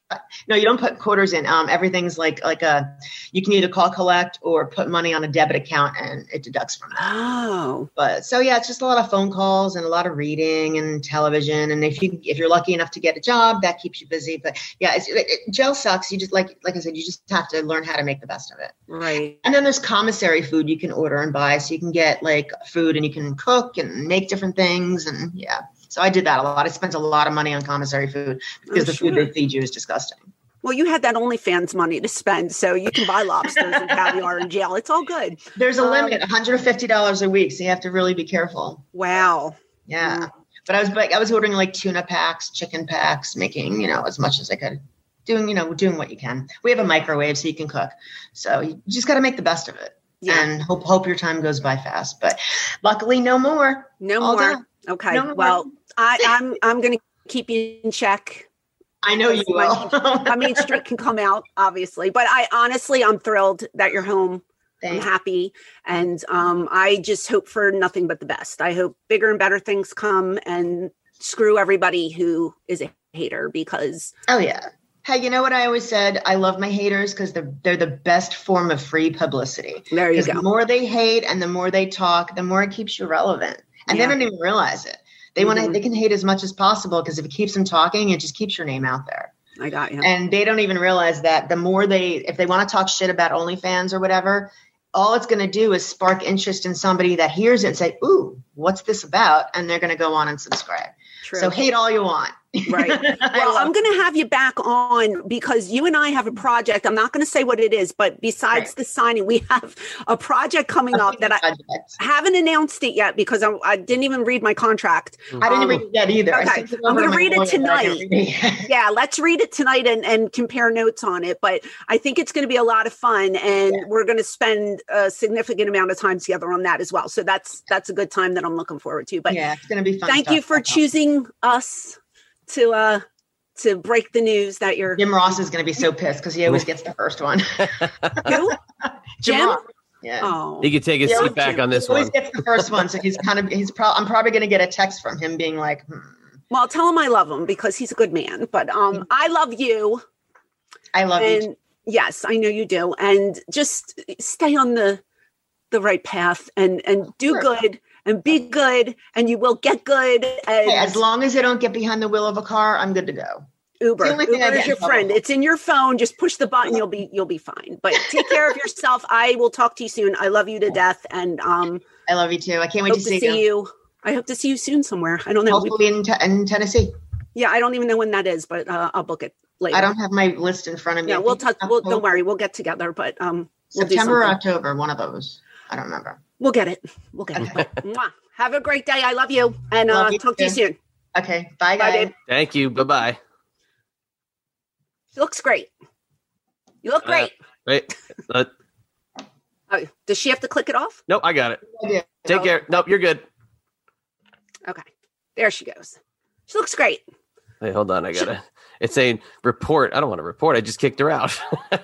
no, you don't put quarters in. Um, everything's like like a you can either call collect or put money on a debit account and it deducts from that. Oh, But so yeah, it's just a lot of phone calls and a lot of reading and television. And if you if you're lucky enough to get a job, that keeps you busy. But yeah, it's, it, it, jail sucks. You just like like I said, you just have to learn how to make the best of it. right. And then there's commissary food you can order and buy. So you can get like food and you can cook and make different things. And yeah. So I did that a lot. I spent a lot of money on commissary food because the food Oh, sure. they feed you is disgusting. Well, you had that OnlyFans money to spend, so you can buy lobsters and caviar in jail. It's all good. There's a Um, limit, $150 a week. So you have to really be careful. Wow. Yeah. Mm-hmm. But I was like, I was ordering like tuna packs, chicken packs, making, you know, as much as I could. Doing, you know, doing what you can. We have a microwave so you can cook. So you just got to make the best of it. Yeah. And hope hope your time goes by fast. But luckily no more. no all more. done. Okay. No more. Well, I, I'm I'm gonna keep you in check. I know you Because my- will. [laughs] I mean, Street can come out, obviously, but I honestly, I'm thrilled that you're home. I'm Thank you. happy. And um, I just hope for nothing but the best. I hope bigger and better things come and screw everybody who is a hater because Oh yeah. Hey, you know what I always said? I love my haters because they're they're the best form of free publicity. there you Because go. the more they hate and the more they talk, the more it keeps you relevant, and Yeah. they don't even realize it. They want Mhm. to. They can hate as much as possible because if it keeps them talking, it just keeps your name out there. I got you. And they don't even realize that the more they, if they want to talk shit about OnlyFans or whatever, all it's going to do is spark interest in somebody that hears it and say, "Ooh, what's this about?" And they're going to go on and subscribe. True. So hate all you want. Right. [laughs] I well, love I'm going to have you back on because you and I have a project. I'm not going to say what it is, but besides Right. the signing, we have a project coming up that I project. haven't announced it yet because I, I didn't even read my contract. I didn't read it yet either. I okay. sent it I'm over gonna my read it lawyer, but I didn't tonight. read it yet. yeah let's read it tonight and, and compare notes on it but i think it's going to be a lot of fun and we're going to spend a significant amount of time together on that as well so that's that's a good time that i'm looking forward to [laughs] but yeah, it's gonna be fun. thank you stuff. for choosing us to uh to break the news that you're Jim Ross is gonna be so pissed because he always gets the first one. [laughs] who? Jim. Jim? Ross. Yeah. [laughs] oh He could take his Yeah, seat back on this he always one. gets the first one, so he's kind of he's pro- I'm probably gonna get a text from him being like, hmm, well tell him i love him because he's a good man but Mm. um i love you "I love you." too. and yes i know you do and just stay on the the right path and and do Sure. good and be good and you will get good and Hey, as long as I don't get behind the wheel of a car, I'm good to go. uber it's the only thing I uber get is in your trouble friend with. it's in your phone just push the button you'll be you'll be fine but take care of [laughs] yourself i will talk to you soon i love you to death and um I love you too. I can't wait hope to to see, see you. you i hope to see you soon somewhere i don't know We- Hopefully in, te- in Tennessee. Oh, yeah i don't even know when that is but uh, i'll book it later I don't have my list in front of me. yeah I we'll touch think it's we'll, don't October- worry we'll get together but um we'll do September or something. October, one of those. I don't remember. We'll get it. We'll get it. But, [laughs] mwah. Have a great day. I love you. And Love uh, you talk to you too. soon. Okay, Bye, bye guys. babe. Thank you. Bye bye. She looks great. You look Uh, great. Wait. Uh, oh, does she have to click it off? nope, I got it. I did. Take care. Nope, you're good. Okay. There she goes. She looks great. Wait, hold on. I got to It's saying report. I don't want to report. I just kicked her out.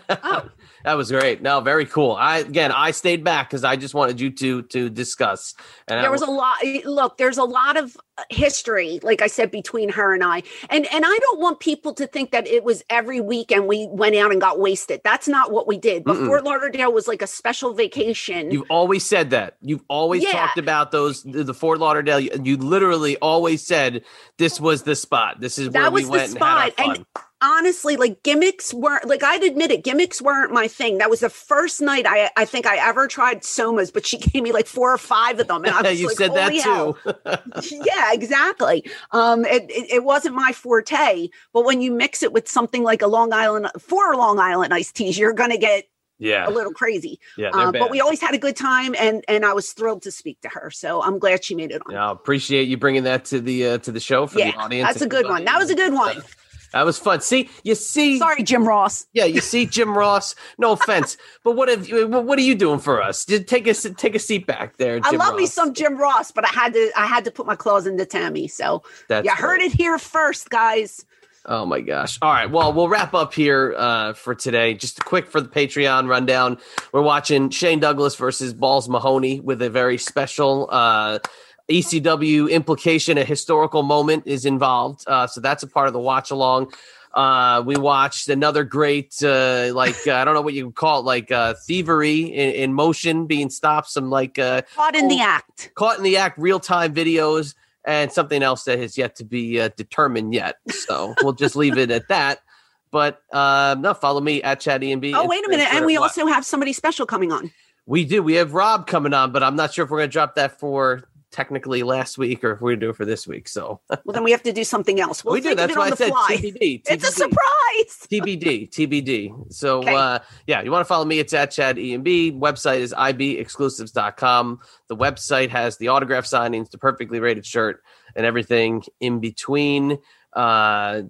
Oh. [laughs] That was great. No, very cool. I again, I stayed back because I just wanted you to to discuss. And I- There was a lot. Look, there's a lot of uh, history, like I said, between her and I, and and I don't want people to think that it was every weekend we went out and got wasted. That's not what we did. But Mm-mm. Fort Lauderdale was like a special vacation. You've always said that. You've always Yeah. talked about those the, the Fort Lauderdale. You, you literally always said this was the spot. This is where that we was the went spot and had our and, fun. honestly, like gimmicks weren't like I'd admit it, gimmicks weren't my thing. That was the first night I I think I ever tried somas, but she [laughs] gave me like four or five of them, and [laughs] I was you like, said that "Holy hell." too. [laughs] yeah, exactly. Um, it, it it wasn't my forte, but when you mix it with something like a Long Island four Long Island iced teas, you're gonna get yeah. a little crazy. Yeah. They're Uh, bad. but we always had a good time, and and I was thrilled to speak to her. So I'm glad she made it on. Yeah, I appreciate you bringing that to the uh, to the show for Yeah, the audience. that's a good one. That was a good one. [laughs] That was fun. See, you see, Sorry, Jim Ross. yeah, you see, Jim Ross. No offense, but what have you? What are you doing for us? Just Take a se- take a seat back there. I Jim love me Ross. some Jim Ross, but I had to I had to put my claws into Tammy. So That's you heard right. it here first, guys. Oh my gosh. All right. Well, we'll wrap up here uh, for today. Just a quick for the Patreon rundown. We're watching Shane Douglas versus Balls Mahoney with a very special uh, ECW implication. A historical moment is involved. Uh, so that's a part of the watch along. Uh, we watched another great, uh, like, uh, I don't know what you would call it, like uh, thievery in, in motion being stopped. Some like uh, Caught in the act. caught in the act real time videos and something else that has yet to be uh, determined yet. So we'll just leave it at that. But um, no, follow me at Chad EMB. Oh, wait a Instagram, minute. And Twitter, we what- also have somebody special coming on. we do. We have Rob coming on, but I'm not sure if we're going to drop that for technically last week or if we're going to do it for this week. So Well, then we have to do something else. We'll we do. think of That's it why on I the said fly. TBD. It's a TBD. surprise. TBD, TBD. So, Okay. uh, yeah, you want to follow me? It's at Chad EMB. Website is ibexclusives.com. The website has the autograph signings, the perfectly rated shirt, and everything in between. Uh,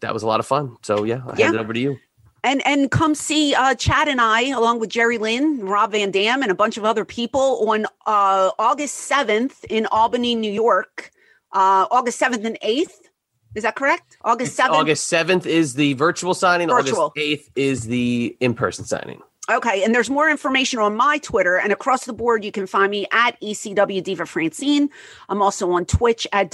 that was a lot of fun. So, yeah, I'll hand it Yeah. over to you. And and come see uh, Chad and I, along with Jerry Lynn, Rob Van Dam, and a bunch of other people on uh, August seventh in Albany, New York. Uh, August seventh and eighth. Is that correct? August seventh. August 7th is the virtual signing, Virtual. August 8th is the in person signing. Okay, and there's more information on my Twitter and across the board. You can find me at E ECW Diva Francine. I'm also on Twitch at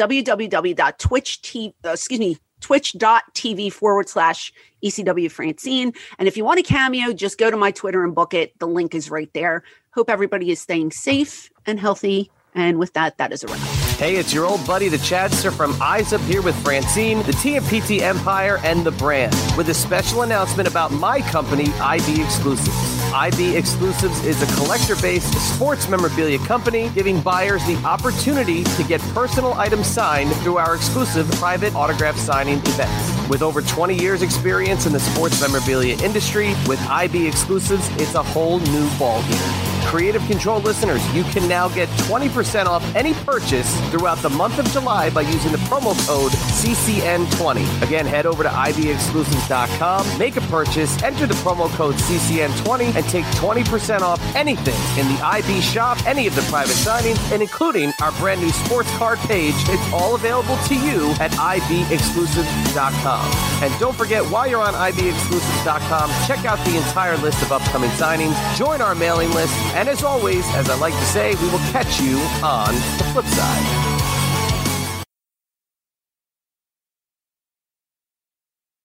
www.twitch.tv, uh, excuse me, twitch.tv forward slash ECW Francine. And if you want a cameo, just go to my Twitter and book it. The link is right there. Hope everybody is staying safe and healthy. And with that, that is a wrap. Hey, it's your old buddy, the Chadster from Eyes Up here with Francine, the TMPT Empire, and the brand, with a special announcement about my company, IB Exclusives. IB Exclusives is a collector based sports memorabilia company giving buyers the opportunity to get personal items signed through our exclusive private autograph signing events. With over 20 years' experience in the sports memorabilia industry, with IB Exclusives, it's a whole new ballgame. Creative Control listeners, you can now get 20% off any purchase throughout the month of July by using the promo code CCN20. Again, head over to IBExclusives.com, make a purchase, enter the promo code CCN20, and take 20% off anything in the IB shop, any of the private signings, and including our brand new sports card page. It's all available to you at IBExclusives.com. And don't forget, while you're on IBExclusives.com, check out the entire list of upcoming signings, join our mailing list, and as always, as I like to say, we will catch you on the flip side.